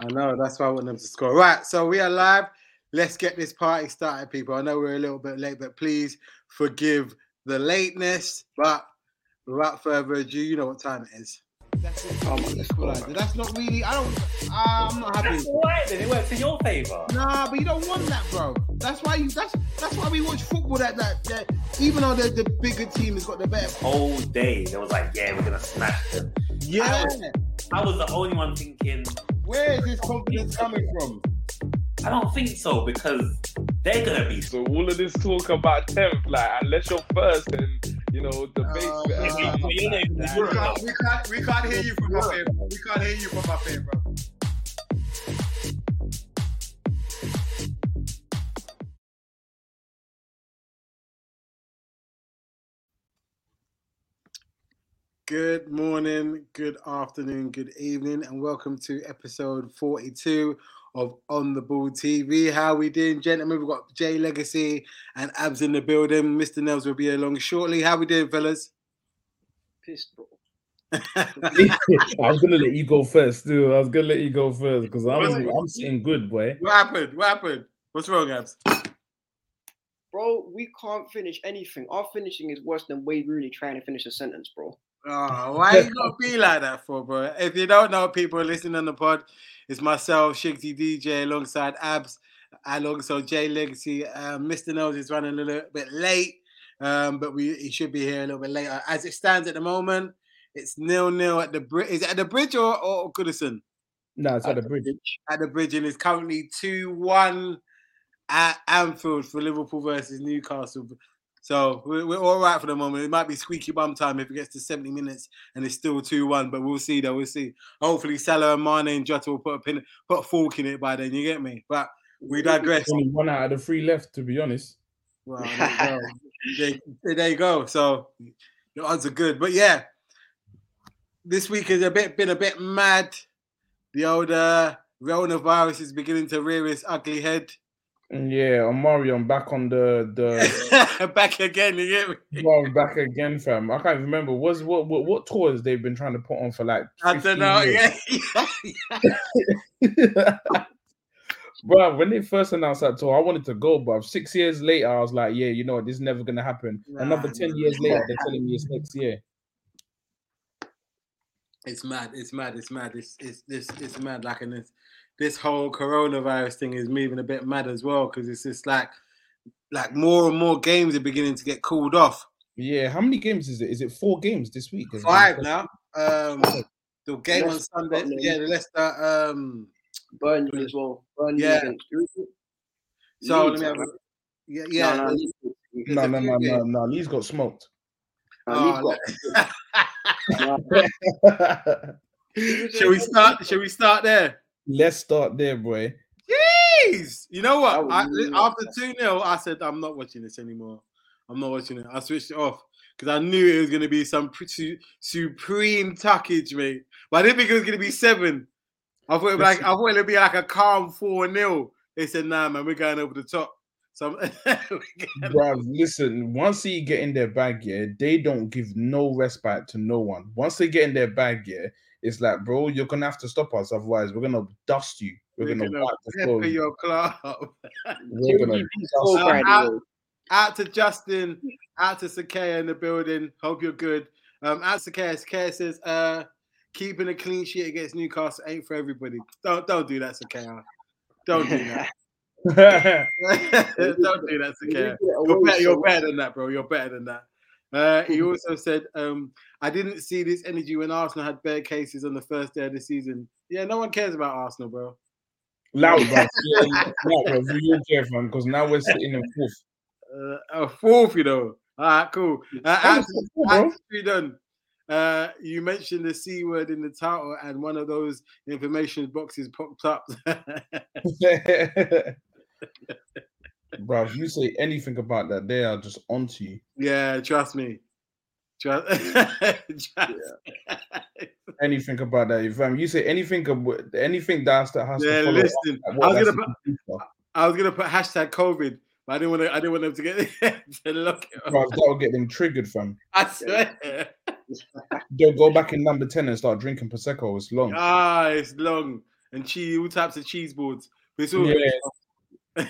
I know. That's why I want them to score. Right. So we are live. Let's get this party started, people. I know we're a little bit late, but please forgive the lateness. But without further ado, you know what time it is. That's it. Come on, let's go, man. That's not really. I don't. I'm not happy. That's all right then. It worked in your favour. Nah, but you don't want that, bro. That's why you. That's that's why we watch football. That that, that even though the, the bigger team has got the better. Whole day, they was like, yeah, we're gonna smash them. Yeah. I was the only one thinking, Where is this confidence coming from? I don't think so because they're gonna be. So all of this talk about tenth, like unless you're first, and you know the base. Oh, We- man. Uh, we ain't even Nah, in We Europe. can't, we can't, we can't hear you from up here. bro. We can't hear you from up here, bro. Good morning, good afternoon, good evening, and welcome to episode 42 of On the Ball TV. How we doing, gentlemen? We've got Jay Legacy and Abs in the building. Mr. Nels will be along shortly. How we doing, fellas? pissed, bro. I was gonna let you go first, dude. I was gonna let you go first because I'm I'm sitting good, boy. What happened? What happened? What's wrong, Abs? Bro, we can't finish anything. Our finishing is worse than Wade Rooney trying to finish a sentence, bro. Oh, why you gonna be like that for, bro? If you don't know, people listening on the pod, it's myself, Shigsy DJ, alongside Abs, alongside Jay Legacy. Um, Mr. Nose is running a little bit late, um, but we he should be here a little bit later. As it stands at the moment, it's nil nil at the bridge. Is it at the bridge or, or Goodison? No, it's at the bridge. At the bridge, and it's currently two one at Anfield for Liverpool versus Newcastle. So we're, we're all right for the moment. It might be squeaky bum time if it gets to 70 minutes and it's still 2 1, but we'll see though. We'll see. Hopefully, Salah and Mane and Jota will put a, pin, put a fork in it by then. You get me? But we digress. Only one out of the three left, to be honest. Well, there you go. There- there you go. So the odds are good. But yeah, this week has a bit been a bit mad. The old uh, coronavirus is beginning to rear its ugly head And yeah, Omari, I'm back on the the back again. You get me? well, back again, fam. I can't even remember. Was what what what tours they've been trying to put on for like? I don't know. Yeah, Bro, when they first announced that tour, I wanted to go, but six years later, I was like, yeah, you know what, this is never gonna happen. Nah, Another ten years later, they're telling me it's next year. It's mad. It's mad. It's mad. It's it's this it's mad. Like and this this whole coronavirus thing is moving a bit mad as well because it's just like like more and more games are beginning to get called off. Yeah, how many games is it? Is it four games this week? Is it- Five now. Um, the game on Leicester, Sunday. Tottenham. Yeah, the Leicester. Um, Burnley as well. Burnley Yeah. against Liverpool. so let Leeds, me have a, man. yeah, yeah. No, no, there's- Leeds. there's No, a no, few no, no, games. no. Lee's got smoked. Uh, Oh, Leeds Shall we start? Shall we start there? Let's start there, boy. Please. You know That what? was I, really after two 0 I said I'm not watching this anymore. I'm not watching it. I switched it off because I knew it was going to be some pretty supreme tuckage, mate. But I didn't think it was going to be seven. I thought it'd be like I thought it'd be like a calm four 0 They said, "Nah, man, we're going over the top." So I'm- Bruv, listen, once they get in their bag, yeah, they don't give no respite to no one. Once they get in their bag, yeah, it's like, bro, you're gonna have to stop us, otherwise, we're gonna dust you. We're, We're gonna, gonna wipe the floor. Pepper your club. We're gonna got- dust Uh, Friday, out- though. Out to Justin, out to Sakea in the building. Hope you're good. Um, out to Sakea. Sakea says, uh, keeping a clean sheet against Newcastle ain't for everybody. Don't don't do that, Sakea. Don't do that. don't do that, We Sakea. did get away You're better, so you're much. better than that, bro. You're better than that. Uh, he also said, um, I didn't see this energy when Arsenal had bare cases on the first day of the season. Yeah, no one cares about Arsenal, bro. loud, bruv. Yeah, yeah, loud, bruv. You don't care, fam, because now we're sitting in fourth. Uh, a fourth, you know. All right, cool. Uh, That out was to- so cool, bro. Actually, done. Uh, you mentioned the C word in the title, and one of those information boxes popped up. Bruv, you say anything about that, they are just onto you. yeah, trust me. Trust. trust- anything about that. If um, you say anything about anything that's that has Yeah, to follow. up, listen, like, I was what gonna that's put- in the future, I was gonna put hashtag COVID, but I didn't want to. I didn't want them to get to look it up. bruv, that'll get them triggered, fam. I swear. They'll go back in number ten and start drinking prosecco. It's long. Ah, it's long. and cheese, all types of cheese boards. But it's all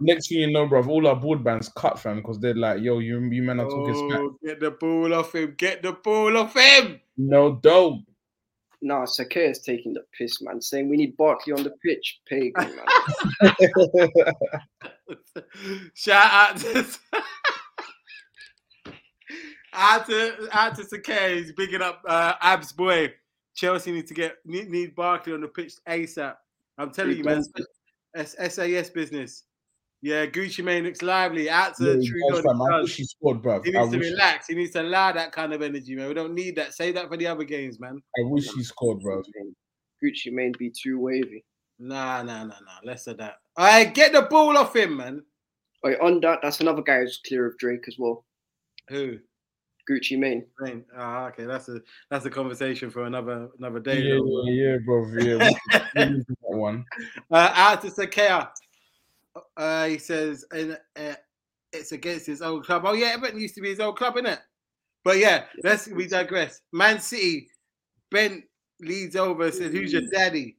Next thing you know, bruv, all our board bands cut, fam, because they're like, yo, you you men are talking smack. oh, get the ball off him, get the ball off him. No dope. Nah, Saka is taking the piss, man. Saying we need Barkley on the pitch, pig. Man. Shout out to out to out to Sakay. He's bigging up uh, Abs boy. Chelsea need to get need, need Barkley on the pitch ASAP. I'm telling you, man. S- SAS business. Yeah, Gucci Mane looks lively. Out to Yeah, he Trudeau. does, fam. I does. wish he scored, bruv. He I needs to wish, relax. He needs to allow that kind of energy, man. We don't need that. Save that for the other games, man. I wish he scored, bruv. Gucci Mane be too wavy. Nah, nah, nah, nah. Less of that. All right, get the ball off him, man. Wait, on that, that's another guy who's clear of Drake as well. Who? Gucci Mane. Rain. Ah, okay. That's a that's a conversation for another another Yeah, day. yeah, though. yeah, bruv. Yeah, we- we need that one. Uh, out to Sakea. Uh, he says, and uh, it's against his old club. Oh yeah, Everton used to be his old club, innit? But yeah, let's we digress. Man City, Ben leads over. Says, "Who's your daddy?"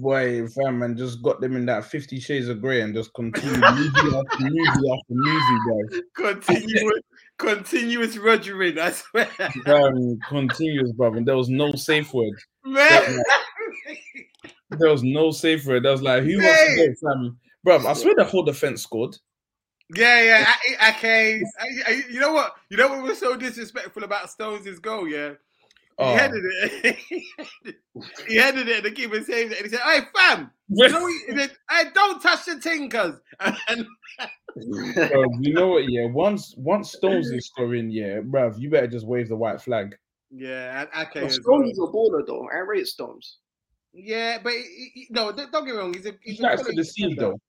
Boy, fam, and just got them in that Fifty Shades of Grey and just continued movie after movie after movie, bruv. Continuous, continuous rogering. I swear, Um, continuous, bruv, and there was no safe word. man. There was no safe word. I was like, who wants to go, fam? Bruv, I swear the whole defense scored. Yeah, yeah. I, I, okay. I, I, you know what? You know what was so disrespectful about Stones' goal? Yeah, he Oh. headed it. he headed it, and the keeper saved it. And he said, "Hey, fam." You know what he- he said, "Hey, don't touch the tinkers. And Bruv, you know what? Yeah, once once Stones is scoring, yeah, bruv, you better just wave the white flag. yeah, and Ake Well, as well. Stones is a baller though. I rate Stones. Yeah, but he, he, no, don't don't get me wrong. He's a he's He's a nice to quality the sea, defender. though.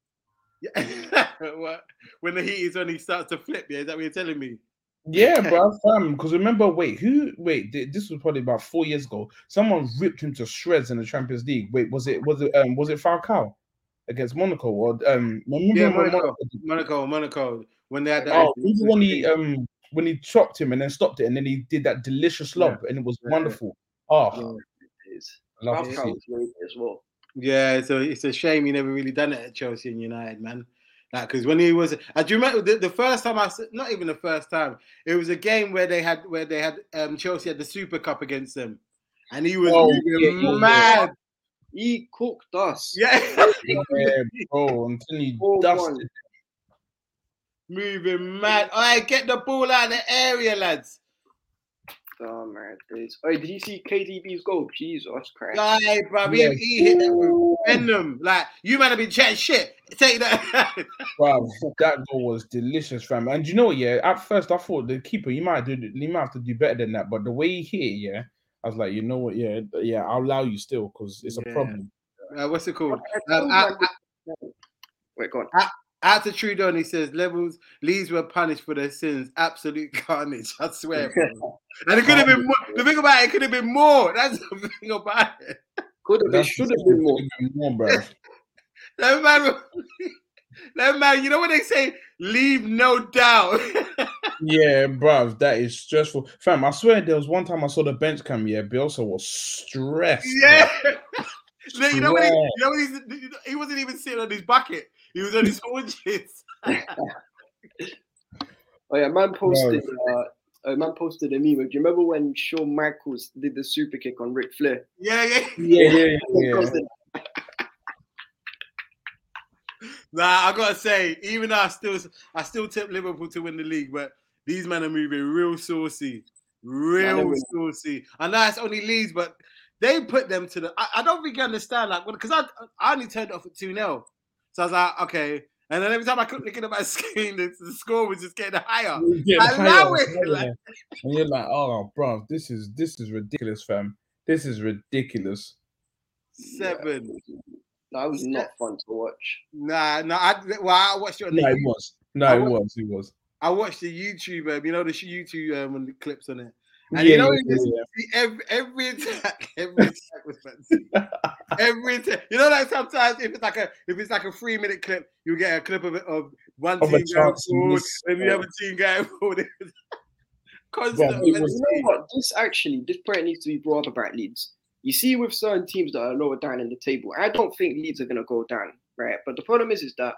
Yeah. What? when the heat is on, he starts to flip. Yeah, is that what you're telling me? Yeah, bruv, fam. Because remember, wait, who? Wait, th- this was probably about four years ago. Someone ripped him to shreds in the Champions League. Wait, was it was it um was it Falcao against Monaco or um? remember Yeah, when Monaco. Monaco, Monaco. When they had that, Oh, even when he um when he chopped him and then stopped it and then he did that delicious Yeah. lob and it was Yeah, yeah. wonderful. Oh, Yeah. It is. I love to see Falcao it. was wavy as well. Yeah, so it's a shame he never really done it at Chelsea and United, man. Like, because when he was, I do remember the, the first time I, s- not even the first time, it was a game where they had where they had um, Chelsea had the Super Cup against them, and he was Oh, moving yeah, yeah, mad. He cooked us. Yeah, Yeah, bro, until he Four dusted. one. moving mad. All right, get the ball out of the area, lads. Oh man, days. Oh, did you see KDB's goal? Jesus Christ. All right, bro, he, Yeah. he hit that with venom. Like you might have been chatting shit. Take that. Wow, that goal was delicious, fam. And you know, what, yeah, at first I thought the keeper, you might do, you might have to do better than that. But the way he hit it, yeah, I was like, you know what, yeah, yeah, I'll allow you still because it's a Yeah. problem. uh, what's it called? Oh, Um, out- my God. Wait, go on. Out to Trudeau, and he says, "Levels Leeds were punished for their sins. Absolute carnage. I swear." bro. and it could have been more. The thing about it, it could have been more. That's the thing about it. Could have been, That should have been more. more, bro. That man, that man. You know what they say? Leave no doubt. yeah, bruv, that is stressful, fam. I swear, there was one time I saw the bench cam. Yeah, Bielsa was stressed. bruv. yeah. you know what? He, you know what he's, he wasn't even sitting on his bucket. He was on his haunches. Oh yeah, man posted. Uh, a man posted a meme. Do you remember when Shawn Michaels did the super kick on Ric Flair? Yeah, yeah. yeah, yeah, yeah. Because the- Nah, I gotta say, even though I still I still tip Liverpool to win the league, but these men are moving real saucy, they real will. saucy. I know it's only Leeds, but they put them to the. I, I don't think I understand like because I I only turned it off at two 0 so I was like okay, and then every time I kept looking at my screen, the, the score was just getting higher. Yeah, I allow yeah, it, yeah. like- and you're like, oh, bruv, this is this is ridiculous, fam. This is ridiculous. Seven. that was not fun to watch. Nah, nah. I, well, I watched it on the No, it was. No, I it wa- was. It was. I watched the YouTube, um, you know, the sh- YouTube um, and the clips on it. Yeah, And you know, yeah, it just- yeah, the- every, every attack, every attack was fancy. every attack. You know, like sometimes if it's like a if it's like a three minute clip, you get a clip of it of one Of a team going chance and forward miss. and the other team going forward. Constant it was- You offensive. know what? This actually, this point needs to be brought up about Leeds. You see, with certain teams that are lower down in the table, I don't think Leeds are going to go down, right? But the problem is, is that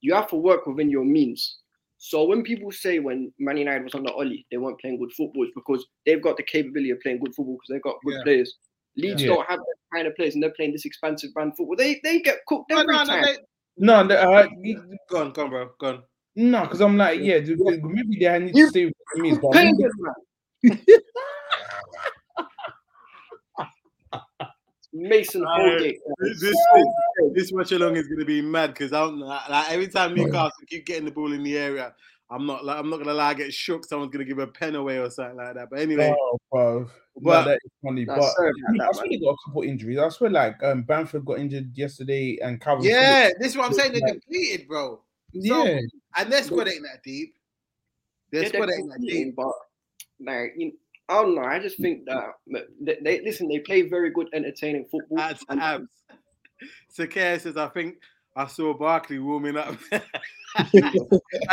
you have to work within your means. So when people say when Man United was under Oli, they weren't playing good football, it's because they've got the capability of playing good football because they've got good Yeah. players. Leeds Yeah. don't have that kind of players, and they're playing this expansive brand football. They they get cooked No, every no, no, time. they- No, no, uh, y- Go on, go on, bro. Go on. no, because I'm like, yeah, dude, maybe they need to You- stay with me. You're paying them, man. Mason Alright. Holgate. This, this, this watch along is going to be mad because I'm like every time Newcastle keep getting the ball in the area, I'm not like I'm not gonna lie, I get shook. Someone's gonna give a pen away or something like that. But anyway, Oh, bro. But- But that is funny. Nah, But sorry I, about mean, that, I swear man. they got a couple injuries. I swear, like um, Bamford got injured yesterday, and Calvin. yeah, this is what I'm saying. They're Like- depleted, bro, Phillips. yeah. and their squad ain't that deep. Their Yeah, squad they're ain't that competing, deep. but like you I don't know. I just think that that they, they listen. They play very good, entertaining football. That's and abs. Sakea says, I think I saw Barkley warming up. I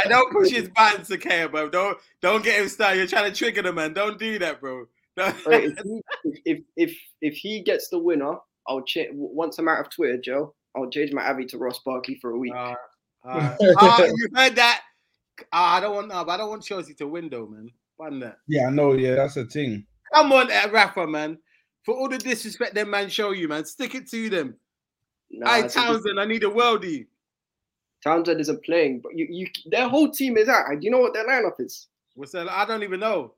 don't push his buttons, Sakea, bro. Don't don't get him started. You're trying to trigger the man. Don't do that, bro. Don't- Right, if, he, if if if he gets the winner, I'll change. Once I'm out of Twitter, Joe, I'll change my Abby to Ross Barkley for a week. Ah, ah. Ah, you heard that? Ah, I don't want no, but I don't want Chelsea to win though, man. Fun that. yeah, I know. Yeah, that's the thing. Come on, eh, Rafa, man. For all the disrespect them man show you, man, stick it to them. Nah, Hey, I think Townsend, I need a worldie. Townsend isn't playing, but you, you their whole team is out. Do you know what their lineup is? What's that? I don't even know.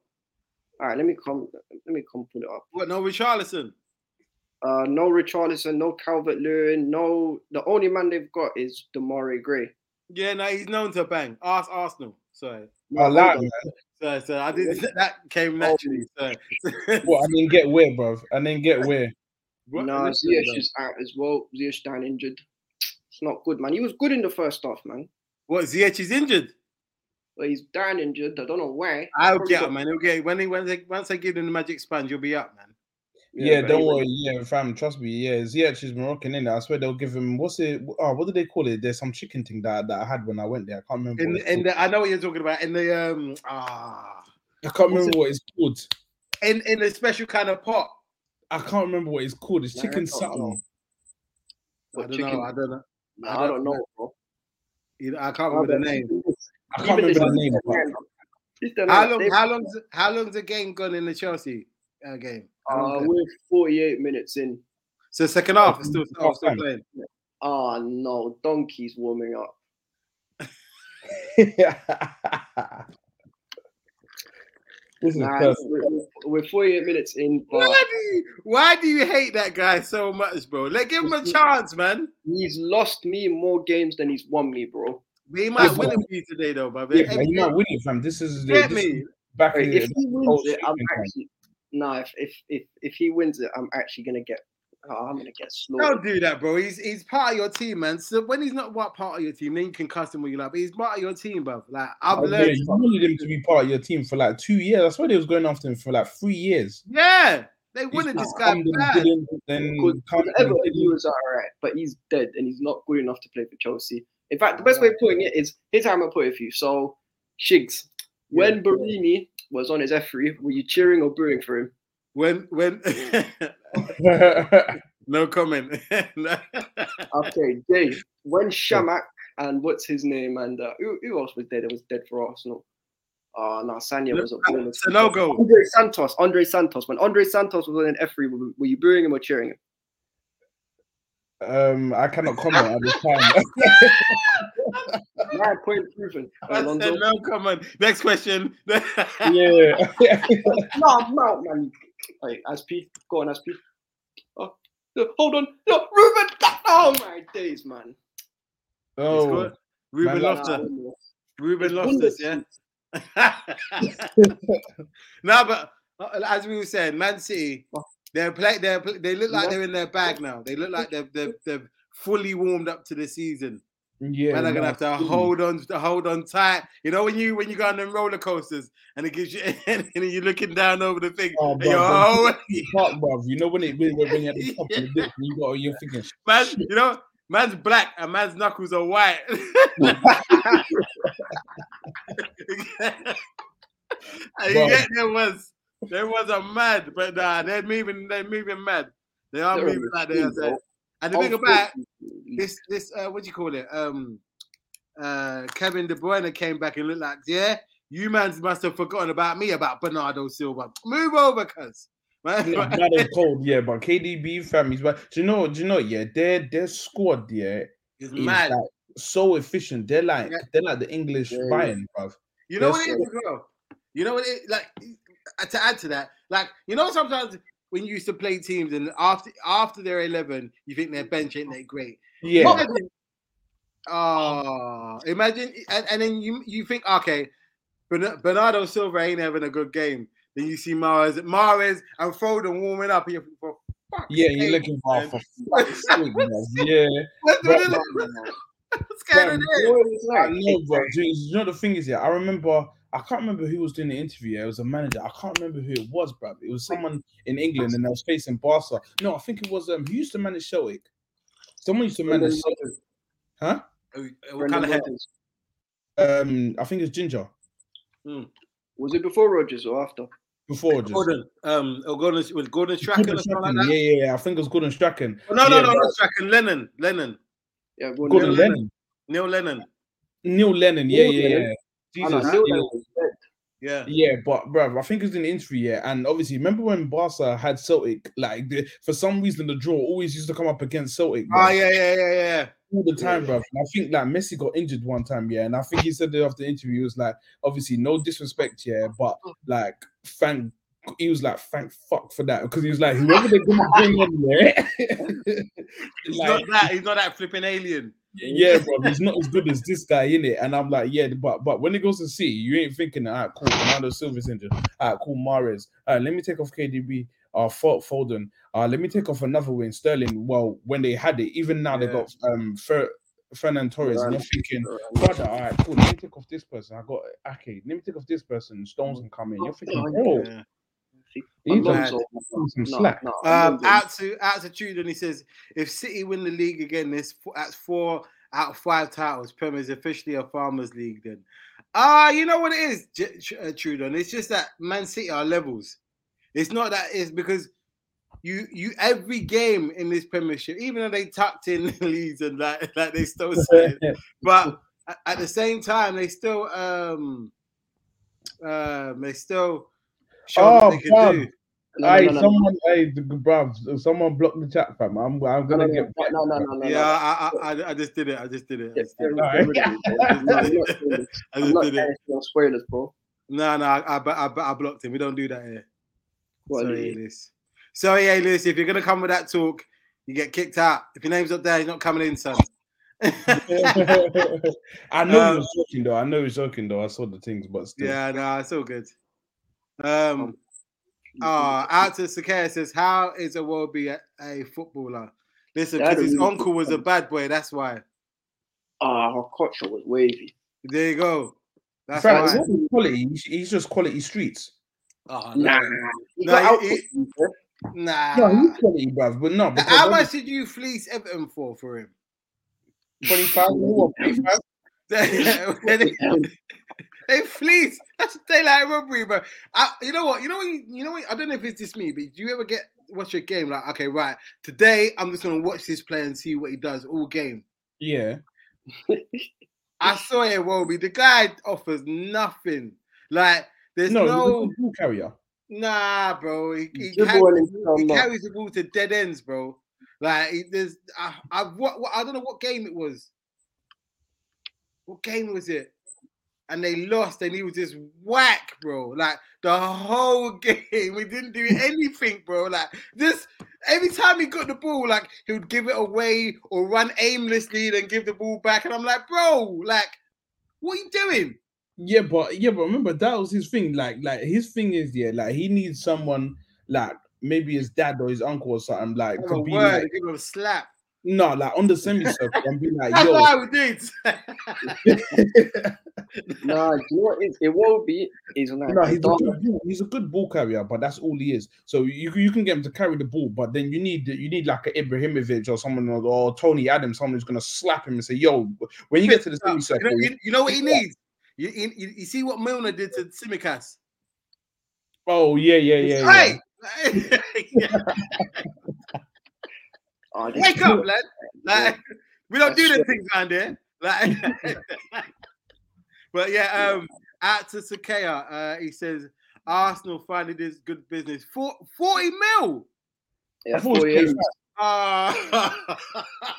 All right, let me come. Let me come pull it up. What? No, Richarlison. Uh, no Richarlison, no Calvert Lewin, no. The only man they've got is Demare Gray. Yeah, no, he's known to bang. Ask Arsenal. Sorry. I like, hold man. So, so I did that came naturally. So, What, and then get where, bruv? And then get where? What- nah, listen, Ziyech bro. is out as well. Ziyech down injured. It's not good, man. He was good in the first half, man, what Ziyech is injured. but he's down injured. I don't know why. I'll Probably get got- him, man. He'll get when he when they, once they give him the magic sponge, you'll be up, man. Yeah, but don't anyway. worry. Yeah, fam, trust me. Yeah, Ziyech is Moroccan in I swear they'll give him what's it? Oh, what do they call it? There's some chicken thing that, that I had when I went there. I can't remember. In what it's in called. the, I know what you're talking about. In the um ah I can't remember what it's called. in in a special kind of pot. I can't remember what it's called. It's Nah, I chicken don't know. something. I don't What, chicken? know. I don't know. Nah, I don't know, bro. You know, I can't remember the name. I can't remember the name. but- How long? How long's how long's the game gone in the Chelsea uh, game? How Uh, long's it- we're 48 minutes in. so second half, it's still, half still time. playing. Oh, no. Donkey's warming up. this is Nah, perfect. we're, we're 48 minutes in, but Why do you, why do you hate that guy so much, bro? Like, give him a chance, man. he's lost me more games than he's won me, bro. He might Yeah, win but- it for you today, though, brother. Yeah, man, you might win it, fam. This is the Get this is me. back in Like, if the he wins Oh, it, I'm chicken. actually no. If if if if he wins it, I'm actually gonna get. Oh, I'm gonna get slaughtered. Don't do that, bro. He's he's part of your team, man. So when he's not what part of your team, then you can cuss him when you like. But he's part of your team, bro. Like I've Oh, yeah, learned. you wanted him to be part of your team for like two years. That's why they was going after him for like three years. Yeah, they He's wanted this not guy come, then bad. didn't, then Because come, then whatever he didn't. was all right, but he's dead and he's not good enough to play for Chelsea. In fact, the best way of putting it is here's how I'm gonna put it for you. So, Shigs, when Barini was on his F3, were you cheering or booing for him? When when no comment. No. Okay, Jay, when Shamak and what's his name and uh, who, who else was dead? That was dead for Arsenal. Uh, no, Sanya was a it's a no go. Andre Santos, Andre Santos. When Andre Santos was on an F3, were, were you booing him or cheering him? um, I cannot comment at this time. My point proven. I said Alonso. no comment. Next question. yeah, No, I'm out, man. Hey, Asp, go on, Asp. Oh, no, hold on. No, Ruben. Oh, my days, man. oh, Ruben Man, Loftus. Ruben It's Loftus. Yeah. no, but uh, as we were saying, Man City, they're play, they're pl- they look like Yeah. they're in their bag now. They look like they've they've, they've fully warmed up to the season. yeah. Man, they're gonna have to absolutely. hold on to hold on tight. You know when you when you go on them roller coasters and it gives you and you're looking down over the thing. Oh, and bro, you're, bro. oh, Fuck, bruv. You know when it when, when you're at the top of the dip, you got you're thinking, man, you know man's black and man's knuckles are white. and you Bro. get there was there was a mad, but nah, they're moving they're moving mad. They are They're moving like they are. unbelievable. And the thing about this, this, uh, what do you call it? Um, uh, Kevin De Bruyne came back and looked like, yeah, you man must have forgotten about me about Bernardo Silva. Move over, cuz. Right? Yeah, that is cold, yeah, but KDB families, but do you know, do you know, yeah, their their squad, yeah, It's is mad. like so efficient. They're like Yeah. they're like the English Yeah. Bayern, bruv. You know what That's it is, as well. You know what it like. uh, To add to that, like you know, sometimes when you used to play teams and after after they're eleven, you think their bench ain't that great. Yeah, Imagine, oh, imagine, and, and then you you think, okay, Bern- Bernardo Silva ain't having a good game. Then you see Mares, Mares, and Foden warming up. and you're- for fuck's yeah, you're sake, looking man. out for fuck's sake, bruv. Yeah, What's Bro, going on there? I know, bro. Do You you know the thing is, yeah, I remember. I can't remember who was doing the interview. yeah, It was a manager. I can't remember who it was, bruv. It was someone in England, and I was facing Barca. No, I think it was um. Who used to manage Celtic? Someone used to manage. Celtic. Huh? Uh, What kind of head? Um, I think it's Ginger Was it before Rogers or after? before just. Gordon, um, or Gordon was Gordon Strachan Gordon or something like Strachan, that. yeah, yeah, yeah. I think it was Gordon Strachan. Oh, no, no, Yeah, no, bro. not Strachan. Lennon, Lennon, Yeah, well, Gordon Neil Lennon. Lennon. Neil Lennon. Neil Lennon, yeah, Neil yeah, yeah. Lennon. I know, Jesus, Neil yeah. Lennon was dead. Yeah. Yeah, but bruv, I think it was in the interview, yeah. And obviously, remember when Barca had Celtic, like the, for some reason the draw always used to come up against Celtic Oh bruv, yeah, yeah, yeah, yeah. all the time, bruv. And I think like Messi got injured one time, yeah. And I think he said that after the interview, he was like, obviously, no disrespect, yeah, but like thank he was like, thank fuck for that. Because he was like, whoever they're gonna bring in there, He's like, not that. He's not that flipping alien. yeah, bro, he's not as good as this guy in it. And I'm like, yeah, but but when it goes to C, you ain't thinking, all right, cool, Ronaldo Silva's injured. All right, cool, Mares. All right, let me take off KDB. Uh, Fo- Foden. Uh, let me take off another win, Sterling. Well, when they had it, even now they Yeah. got um Fer- Fernand Torres. And Right. you're thinking, brother, all right, cool. Let me take off this person. I got Ake. Let me take off this person. Stones can come in. You're thinking, Oh, bro, Yeah. you need Alonso. some some No, slack. Uh, no, Um, Alonso. out to out to Trudon, he says if City win the league again, this that's four out of five titles. Premier is officially a farmers' league. Then, ah, you know what it is, J- Tr- uh, Trudon. It's just that Man City are levels. It's not that it's because you you every game in this Premiership, even though they tucked in leads and like like they still said, but a- at the same time, they still um um they still show Oh, what they can fam. do. No, Hey, no, no, no. someone, hey, the bruv, someone blocked the chat, fam. I'm, I'm No, no, gonna no, get back. no, no, no, no, no. yeah, I, I I I just did it. I just did it. I Yeah, just did there it. is no remedy, bro. There's no- I'm not saying this. I I'm just not did it. saying no spoilers, bro. No, no, I, I, bu- I, bu- I blocked him. We don't do that here. What an Sorry, idiot. Alice. Sorry, Alice. If you're gonna come with that talk, you get kicked out. If your name's up there, he's not coming in, son. I know Um, he was joking though. I know he was joking though. I saw the things, but still. yeah, no, it's all good. Um, Ah, out to Sakaya says, How is Awobi a, a footballer? Listen, That because his is- uncle was a bad boy, that's why. Ah, her cut shot was wavy. There you go. That's why. Fam, he's not quality. He's he's just quality streets. Oh, Nah, he No, got out. he- he- nah. No, he's quality, bruv, but no, because How much did you fleece Everton for for him? 25 or 45? they, they fleece. That's daylight robbery, bro. I, you know what? You know what? You, you know what? I don't know if it's just me, but do you ever get watch your game like, okay, right, today I'm just gonna watch this play and see what he does all game. Yeah. I saw it, Roby. The guy offers nothing. Like, there's No, no, no. ball carrier. nah, bro. He, he, Dribble carries, and the it's ball- he gone, man. carries the ball to dead ends, bro. Like, he, there's, I, I, what, what, I don't know what game it was. What game was it? And they lost, and he was just whack, bro. Like the whole game, we didn't do anything, bro. Like this, every time he got the ball, like he would give it away or run aimlessly, then give the ball back. And I'm like, bro, like, what are you doing? Yeah, but yeah, but remember that was his thing. Like, like his thing is yeah, like he needs someone like maybe his dad or his uncle or something like Give him a could be word, like give him a slap. no, like on the semicircle and be like, That's yo, what I would do. Nah, do you know what it is? It won't be. He's like, No, he's a, dark. good ball, he's a good ball carrier, but that's all he is. So you you can get him to carry the ball, but then you need you need like an Ibrahimovic or someone or, or Tony Adams, someone who's gonna slap him and say, "Yo, when you get to the Oh, you, know, semicircle, you- you know what he needs? You, you, you- you see what Milner did to Simicas? oh yeah, yeah, yeah, yeah." Right. Oh, this- Wake up, lad. Like we don't do the things around here. Like But yeah, um out to Sakea, uh, he says Arsenal finally did good business. Four, 40 mil. Yeah, I thought it was 40 M's. Ah,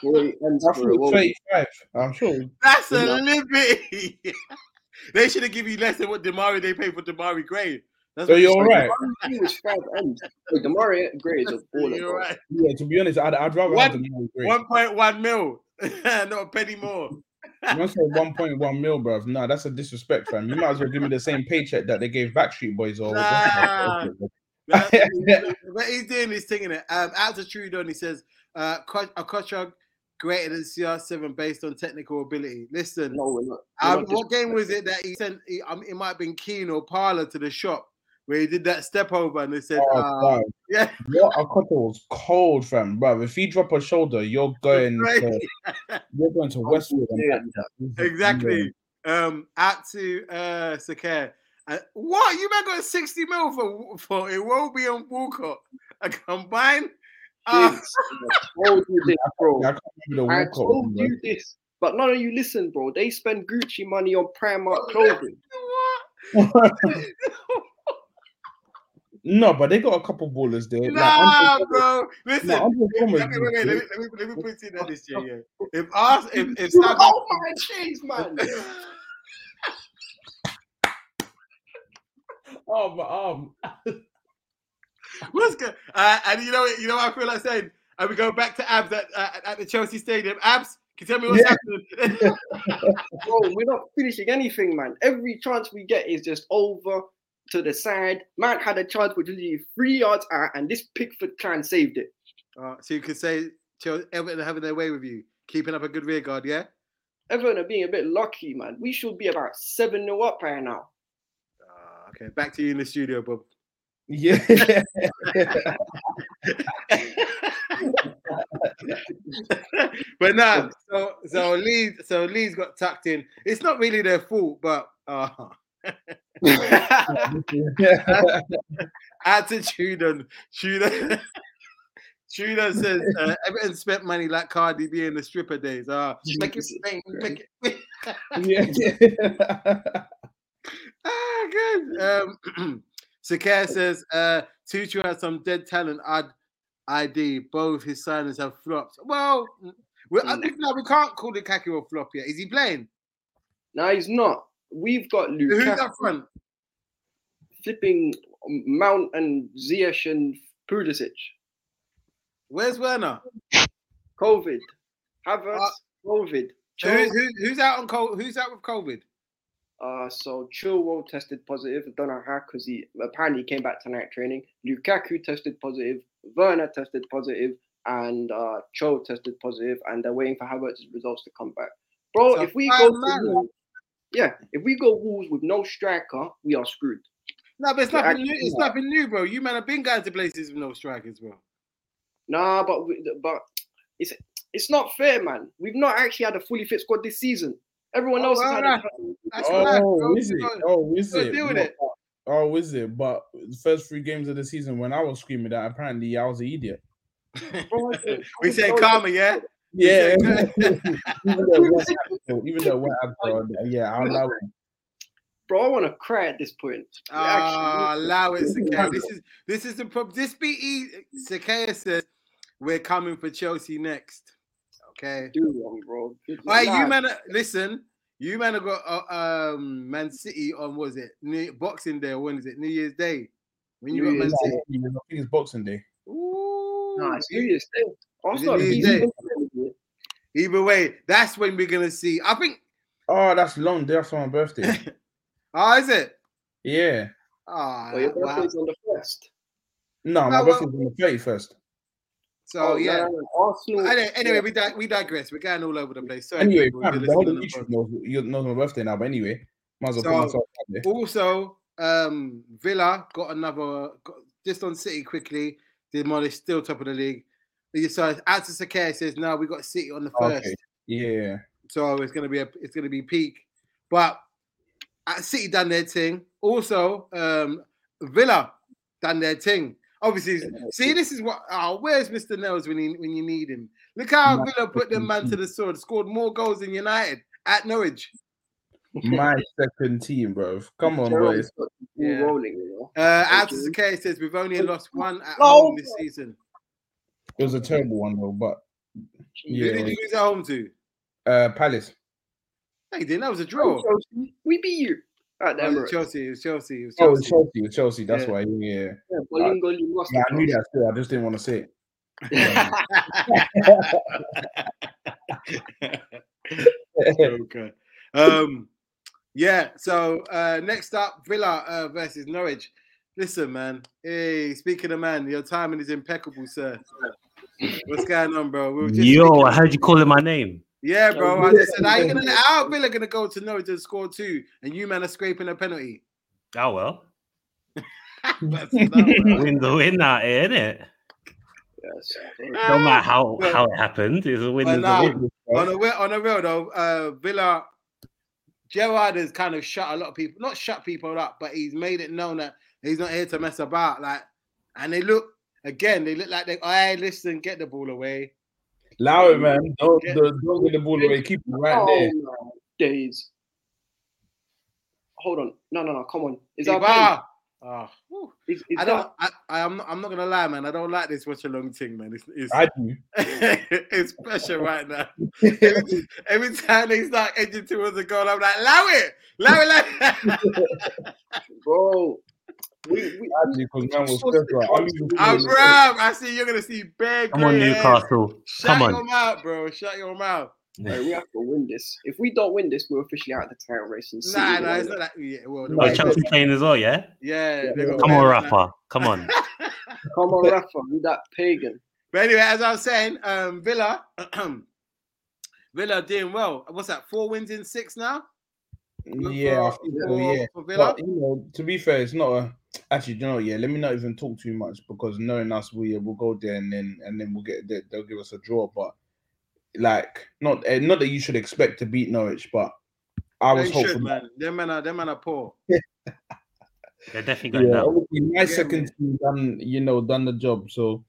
40 M's I for it, thought what was it? 35. I'm sure. that's a Yeah. liberty. they should have given you less than what Damari they paid for Damari Gray. That's So what you're all right. I think It was five M's. Look, Damari Gray is a baller. You're bro. right. Yeah, to be honest, I'd, I'd rather One- have the money great. One point one mil, not a penny more. Once said 1.1 mil, bruv. Nah, that's a disrespect, fam. You might as well give me the same paycheck that they gave Backstreet Boys or. Nah. but he's doing his thing in it. Um, out to Trudeau, and he says, uh, Ko- Okocha greater than CR7 based on technical ability. Listen, No, we're not. We're um, not what game was it that he sent? He, um, it might have been Keane or Parler to the shop where he did that step over, and they said, Oh, uh, bruv. yeah. What Akota was cold, fam, bruv. If you drop a shoulder, you're going. To, Crazy. you're going to Westwood. and Yeah. back. exactly. Um, out to uh, Sakir. Uh, what you man got 60 mil for for it will be on Walcott a combined. Uh, Jigs. I told you this, bro. I can't remember I the walkout told one, bruv. you this. But none of you listen, bro. They spend Gucci money on Primark clothing. what? No, but they got a couple ballers there. Nah, Andre- bro. Listen, Nah, Andre Gomes- let, me, wait, wait, let, me, let, me, let me put it in this year. Yeah. If us, if if Southampton, Oh my jeez, man. Oh, my arm. um, what's good? Uh, and you know, what- you know what I feel like saying. And we go back to Abs at, uh, at the Chelsea Stadium. Abs, can you tell me what's Yeah. happening? Bro, we're not finishing anything, man. Every chance we get is just over to the side. Man had a chance with literally three yards out, and this Pickford clan saved it. uh, so you could say Chelsea, Everton are having their way with you, keeping up a good rear guard. Yeah. Everton are being a bit lucky, man. We should be about 7 0 up right now. Uh, okay, back to you in the studio, Bob. Yeah. but no, so so Leeds, so Leeds got tucked in. It's not really their fault, but uh, attitude and Tudor. Tudor says uh, Everton spent money like Cardi B in the stripper days. Uh, make it, Jesus make, make it. yeah. Ah, good. Um, Sakir says uh, Tuchel has some dead talent. I'd ID both his signings have flopped. Well, mm, we, I think now we can't call the Kaki a flop yet. Is he playing? Now he's not. We've got Who's Lukaku up front? flipping Mount and Ziyech and Pulisic. Where's Werner? COVID. Havertz, Uh, COVID. Who, Chil- who, who's out on co- Who's out with COVID? Uh, so Chilwell tested positive. I don't know how because he apparently came back tonight training. Lukaku tested positive. Werner tested positive, and uh, Cho tested positive, and they're waiting for Havertz's results to come back. Bro, So if we five go, man. to Wolves- yeah, if we go Wolves with no striker, we are screwed. No, but it's Yeah, nothing new. It's yeah. nothing new, bro. You man have been going to places with no strikers, bro. Nah, but we, but it's it's not fair, man. We've not actually had a fully fit squad this season. Everyone Oh, else has had a alright. That's mad, Oh, bro. is it? You got- Oh, is gotta it? deal with But- it. Oh, is it? But the first three games of the season, when I was screaming that, apparently I was an idiot. Bro, it's been- We said karma, yeah. Yeah. Yeah. even though it was Abdul, even though it was Oh, Abdul, yeah, I'll allow it. Bro, I want to cry at this point. We Ah, actually- allow it, Sakaya. This is this is the problem. This BE Sakaya says we're coming for Chelsea next. Okay. do one, bro. Good All right, you lad. man. are- Listen, you man have got uh, um Man City on was it New, Boxing Day? or When is it New Year's Day? When you New got Man Year's I City. think it's Boxing Day. Ooh, Nah, serious thing. it Arsenal are New Year's decent. Either way, that's when we're gonna see. I think. Oh, that's long. Day after my birthday. Oh, is it? Yeah. Oh, Oh, your wow. birthday's on the first. No, my Oh, well- birthday's on the thirty first. So no, Oh, yeah. no, no, Oh, Arsenal. Anyway, anyway we, di- we digress. We're going all over the place. Sorry, Anyway, people, if fam, you're the whole listening on YouTube the knows, you knows my birthday now. But anyway, might as well So- put myself out there. pod. Also, um, Villa got another got, just on City quickly. Demolished, still top of the league. So out to Sakir says now we got City on the oh, Okay. first, Yeah. so it's gonna be a it's gonna be peak. But uh, City done their thing. Also, um, Villa done their thing. Obviously, see, this is what. Oh, where's Mr. Nels when he, when you need him? Look how Villa put them man to the sword. Scored more goals than United at Norwich. My second team, bro. Come on, Jerome boys. got the ball Yeah. rolling, you know. Uh, Abs K says we've only lost one at No. home this season. It was a terrible one though, but Who did yeah. you lose at home to? Uh, Palace. No, you didn't. That was a draw. Chelsea, we beat you Ah, at the Oh, it was Emirates. Chelsea. It was Chelsea. It was Oh, it was Chelsea. Chelsea. it was Chelsea. That's Yeah. why. Yeah. Yeah, Bolingo, you lost. yeah. it, I knew that still. I just didn't want to say it. okay. Um, yeah. So uh, next up, Villa uh, versus Norwich. Listen, man. Hey, speaking of man, your timing is impeccable, sir. What's going on, bro? We were just Yo, speaking- I heard you calling my name. yeah, bro. I just said, how you gonna, how are Villa gonna go to Norwich and score two, and you man are scraping a penalty? Oh well, That's that, bro. win the win out here, innit? Yes. No matter how Well- how it happened, it's a win. Well, is nah. a win. on a real, on a real though, uh, Villa, Gerard has kind of shut a lot of people, not shut people up, but he's made it known that he's not here to mess about. Like, and they look again, they look like they, hey, listen, get the ball away. Allow it, man. Don't, Yeah. don't, don't get the ball away. Keep it right Oh there. my days. Hold on. No, no, no. Come on. Is that Ibarra. Oh, whew. is, is I that don't. I, I, I'm. Not, I'm not gonna lie, man. I don't like this watch along thing, man. It's it's, I do. it's pressure right now. Every, every time they start edging towards the goal, I'm like, allow it, allow it, allow it. bro? We, we, I do because man was Supposed stressed to out. come I'm to even the Ah, Yeah. bruv, I see you're gonna see big. Come on, Newcastle. Shut Come your on. mouth, bro. Shut your mouth. like, we have to win this. If we don't win this, we're officially out of the title race. And City Nah, will nah, win it's it. not that. Yeah, well, Oh, the Like, Chelsea playing as well, yeah. yeah. they got Come better than on, that. Rafa. Come on. Come on, Rafa, you that pagan. But anyway, as I was saying, um, Villa, Villa doing well. What's that? Four wins in six now. Yeah, I for, think so, for- yeah. for Villa. But, you know, to be fair, it's not a. Actually, you know, yeah. Let me not even talk too much because knowing us, we will go there and then and then we'll get they, they'll give us a draw. But like, not eh, not that you should expect to beat Norwich, but I was They hopeful. should, man. Them men are them men are poor. They're definitely going Yeah, down. obviously my Yeah, second team done, you know, done the job. So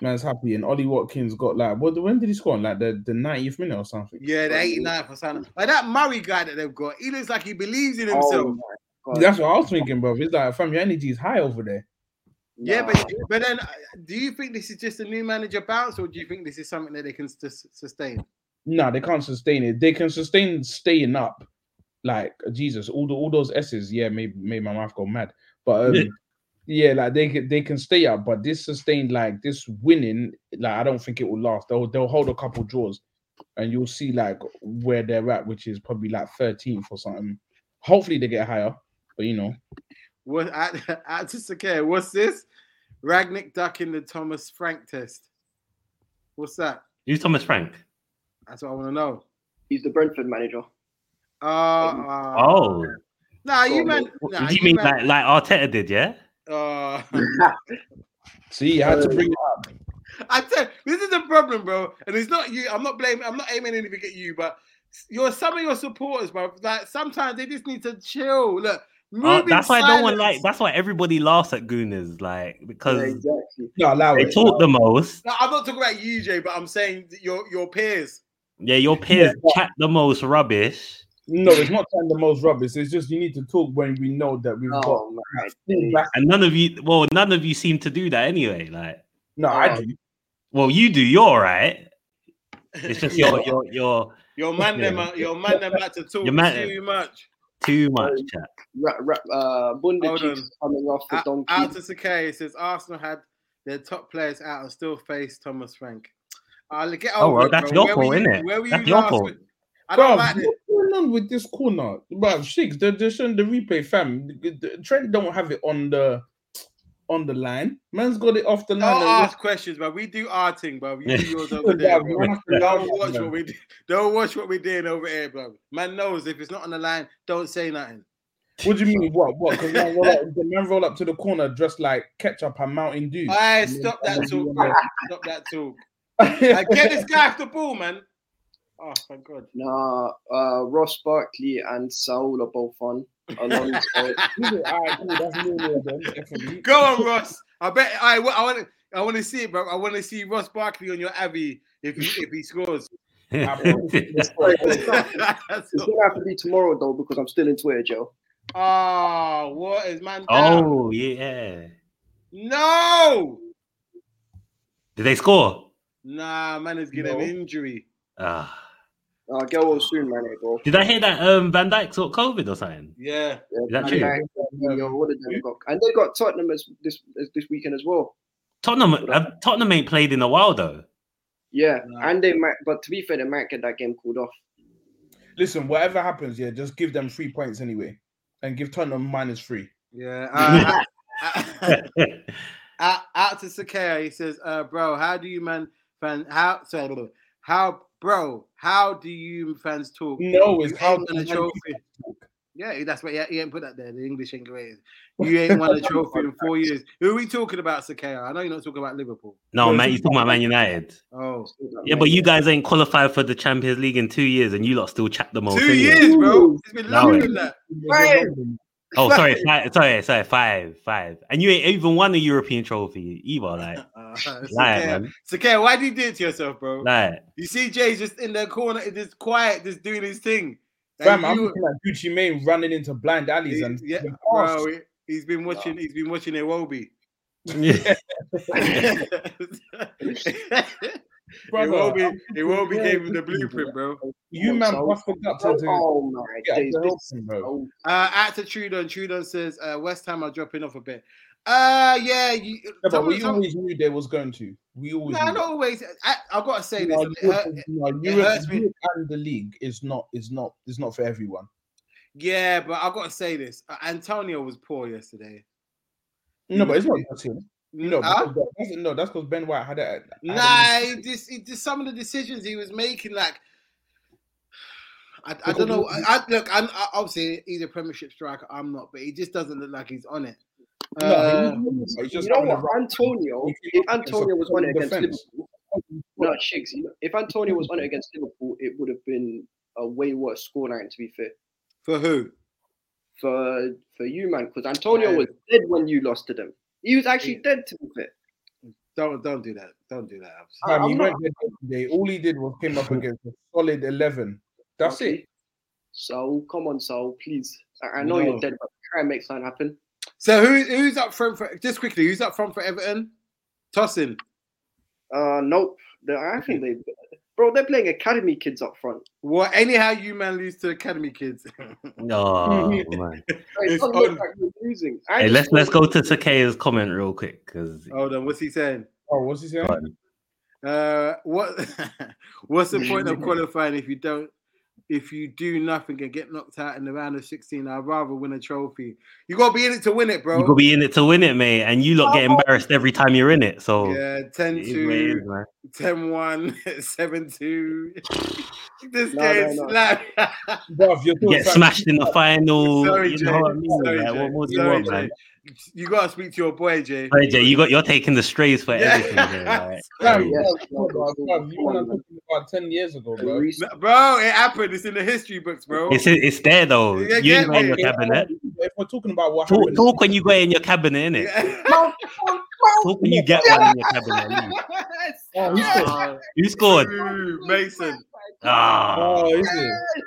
man's happy. And Ollie Watkins got like, what? When did he score? Like the the 90th minute or something. Yeah, the 89 for Salah. Like that Murray guy that they've got, he looks like he believes in himself. Oh my god. That's what I was thinking, bro. It's like, fam, your energy is high over there. Yeah, Nah. but but then, uh, do you think this is just a new manager bounce, or do you think this is something that they can sus- sustain? No, they can't sustain it. They can sustain staying up. Like Jesus, all the all those S's, yeah, made made my mouth go mad. But um, yeah, like they can they can stay up, but this sustained like this winning, like I don't think it will last. They'll they'll hold a couple draws, and you'll see like where they're at, which is probably like thirteenth or something. Hopefully they get higher, but you know, What I, I just care. What's this? Ragnick ducking the Thomas Frank test. What's that? Who's Thomas Frank? That's what I want to know. He's the Brentford manager. Uh, uh Oh, nah, you man. what Nah, do you mean man, like like Arteta did? Yeah. Uh, see, you had to bring it up. I tell this is the problem, bro. And it's not you. I'm not blaming. I'm not aiming anything at you, but your some of your supporters, bro. Like sometimes they just need to chill. Look, Oh, move in that's why no one silence. like. That's why everybody laughs at Gooners, like Yeah, because exactly. No, allow they it. talk the most. No, I'm not talking about you, Jay, but I'm saying that your your peers. Yeah, your peers chat the most rubbish. No, it's not time the most rubbish. It's just you need to talk when we know that we've got Oh my full days. back. And none of you, well, none of you seem to do that anyway. Like, No, I do. well, you do. You're all right. It's just your your your Your man them, are- your man them like to talk Your man- eh? too much. too much chat. Ra- ra- uh, Bunda Hold keeps on. coming off the Out donkey. to Sakay says Arsenal had their top players out and still face Thomas Frank. Uh, get Oh, over well, it, that's bro. your Where were fault, you- innit? Where were you That's your last fault. week? I Bro, don't like what's it. going on with this corner? Bro, Shiggs, they're, they're showing the replay, fam. The- the- Trent don't have it on the on the line. Man's got it off the Don't line. and ask questions, bro. We do our thing, bro. You do yours over just- there, Bruv, bro. man, I Don't can laugh at watch them. what we do. don't watch what we're doing over here, bro. Man knows if it's not on the line, don't say nothing. What do you mean? What? What? Because man, roll up- the man roll up to the corner dressed like ketchup and Mountain Dew. All right, stop that talk, bro. Stop that talk. Like, get this guy off the ball, man. Oh, thank God. Nah, uh, Ross Barkley and Saul are both on. Alonso. Alright, cool, that's normal then, definitely. Go on, Ross. I bet I, I want to. I want to see it, bro. I want to see Ross Barkley on your Abbey if he, if he scores. It's gonna have to be tomorrow though because I'm still in Twitter, Joe. oh, what is man? down? oh yeah. no, Did they score? nah, man is getting No. an injury. Ah. Uh, get well soon, man, eh, bro. Did I hear that um, Van Dyke's got COVID or something? Yeah, Yeah, Is that Man true? United, Mourinho, all of them got- and they got Tottenham as this as this weekend as well. Tottenham, uh, Tottenham ain't played in a while though. Yeah, Nah. and they might. But to be fair, they might get that game called off. Listen, whatever happens, yeah, just give them three points anyway, and give Tottenham minus three. yeah. Uh, I- out, out to Sakaya, he says, uh, bro, how do you man fan how sorry, blah, blah, blah. how bro, how do you fans talk? No, it's You how ain't won a do you trophy. Yeah, that's what yeah, he ain't put that there. The English ain't great. You ain't won a trophy in four years. Who are we talking about, Sakaya? I know you're not talking about Liverpool. no, man, you're talking about Man United. Oh, Yeah, but you guys ain't qualified for the Champions League in two years, and you lot still chat them two Oh, all. anyway. years, bro. It's been No longer way. than that. Oh, sorry, five, sorry, sorry, five, five, and you ain't even won a European trophy either. Like, Uh, like, Sakaya, man, Sakaya, why do you do it to yourself, bro? like. You see Jay's just in the corner, just quiet, just doing his thing. And Fam, I'm you- looking at Gucci Mane running into blind alleys He- and "Oh, yeah, and bro, fast. he- he's been watching. He's been watching Iwobi. Iwobi, Brother, Iwobi gave him the blueprint, bro. you man So- busted up to do. Oh my Yeah, days! to help This him, bro. oh, Uh, out to Trudon. Trudon says uh, West Ham are dropping off a bit. Uh, yeah, you, Yeah, but someone- we someone- always knew they was going to. We always. Nah, knew. not always. I, I've got to say this. Uh, No, it hurt- Europe- no, hurts Europe, me. Europe and the league is not is not is not for everyone. yeah, but I've got to say this. Uh, Antonio was poor yesterday. No, but it's not just him. No, Huh? because that's, no, that's because Ben White had it. had it- Nah, he just, he just some of the decisions he was making, like I, I don't know. I, I look, I'm I, obviously he's a Premiership striker. I'm not, but he just doesn't look like he's on it. No, he Uh, wasn't, but it's just you know having the what, right- Antonio? If you If look at it, it's a Antonio was on it fucking against defense. Liverpool, no, Shiggs, you know, if Antonio was on it against Liverpool, it would have been a way worse scoreline. To be fair, for who? for for you, man, because Antonio Yeah. was dead when you lost to them. He was actually dead. To be fair, Don't don't do that. Don't do that. Abs. Fam, I'm he not- went there yesterday. All he did was came up against a solid eleven. That's Okay. it. So come on, Saul, please. I, I know No. you're dead, but try and make something happen. So who who's up front for just quickly? Who's up front for Everton? Tossing. Uh, nope. They- I think they, bro, they're playing academy kids up front. Well, anyhow, you man lose to academy kids. No, oh, man. Bro, it It's doesn't look on. like we're losing. Hey, let's let's go to Takea's comment real quick because Hold on, what's he saying? Oh, what's he saying? Uh, what what's the point of qualifying if you don't if you do nothing and get knocked out in the round of 16 i'd rather win a trophy you gotta be in it to win it bro you could be in it to win it, mate, and you lot get embarrassed every time you're in it. So yeah 10 it is what it is, 2 man. 10 1 7 2 this No, game's no, no. slapped. Bruv, you're You talking get fam- smashed in the final. sorry you jay know what I mean? sorry, Like, Jay. what more do you Sorry, want, man? Jay. you gotta speak to your boy jay Sorry, Jay, you got you're taking the strays for Yeah. everything. Jay, like. Fam, Yeah. bruv, bruv, bruv, you wanna talk about ten years ago, bro. No, bro it happened it's in the history books bro It's it's there though. Yeah, you ain't yeah, got in your yeah. cabinet. If we're talking about what Talk, happened, talk when you go in your cabinet, innit? Talk when you get one in your cabinet. innit? oh, he's good. Oh, Who scored? ooh, mason Ah, Oh, is it?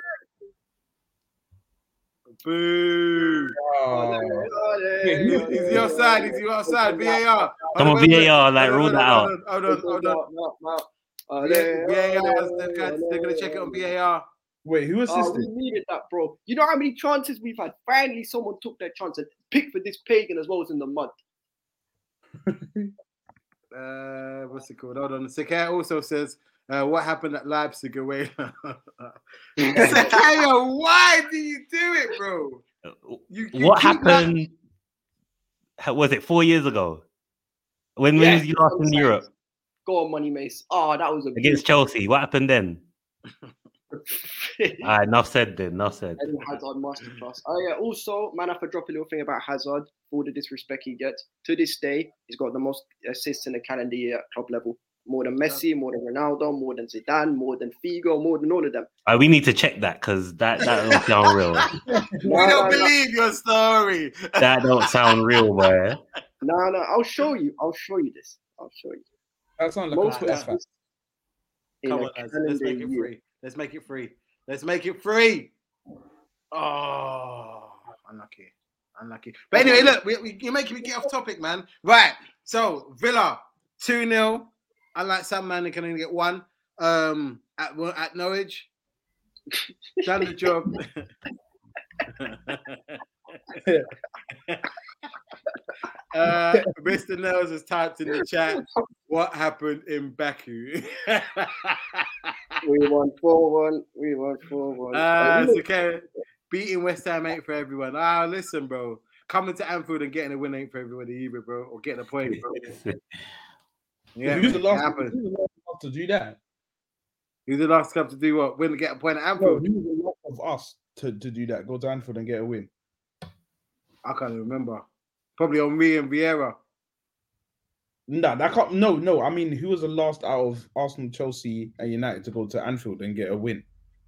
boo Oh. Uh, Is is he offside? Is he offside? VAR. Come on, Hold on, VAR, like rule hold that on, out. Hold on, hold on. hold on. VAR, they're gonna- they're gonna check it on VAR. Wait, who Oh, we assisted? needed that, bro. You know how many chances we've had? Finally, someone took their chance and picked for this pagan as well as in the mud. Uh, what's it called? Hold on. Sakai also says, uh, what happened at Leipzig away? Sakai, why do you do it, bro? You, you What keep happened? how- Was it four years ago? When when Yeah, was you last in outside. Europe Go on, Money Mace. Oh, that was a against Chelsea? What happened then? beautiful- Ah, enough said. Then enough said. Eden Hazard masterclass. Oh yeah. Also, man, I forgot a little thing about Hazard. All the disrespect he gets to this day, he's got the most assists in the calendar year at club level. More than Messi, more than Ronaldo, more than Zidane, more than Figo, more than all of them. Ah, we need to check that because that that don't sound real. We don't believe your story. That don't sound real, boy. No, no, I'll show you. I'll show you this. I'll show you. That's not like Most a Twitter fan. matches in Come a on, lads. Let's make calendar it year. free. Let's make it free. Let's make it free. Oh, unlucky. Unlucky. But anyway, look, we, we, you're making me get off topic, man. Right. So, Villa, 2 0. Unlike some man that can only get one um, at, at Norwich. Done the job. uh, Mr. Nels has typed in the chat what happened in Baku. We won four one. We won four one. Ah, it's okay. Beating West Ham ain't for everyone. Ah, listen, bro. Coming to Anfield and getting a win ain't for everybody either, bro. Or getting a point, bro. Yeah, who's the it last happened. who's the last one to do that? Who's the last club to do what? Win and get a point at No, Anfield? who's the last of us to, to do that? Go to Anfield and get a win. I can't even remember. Probably on me and Vieira. No, that can't. No, no. I mean, who was the last out of Arsenal, Chelsea, and United to go to Anfield and get a win?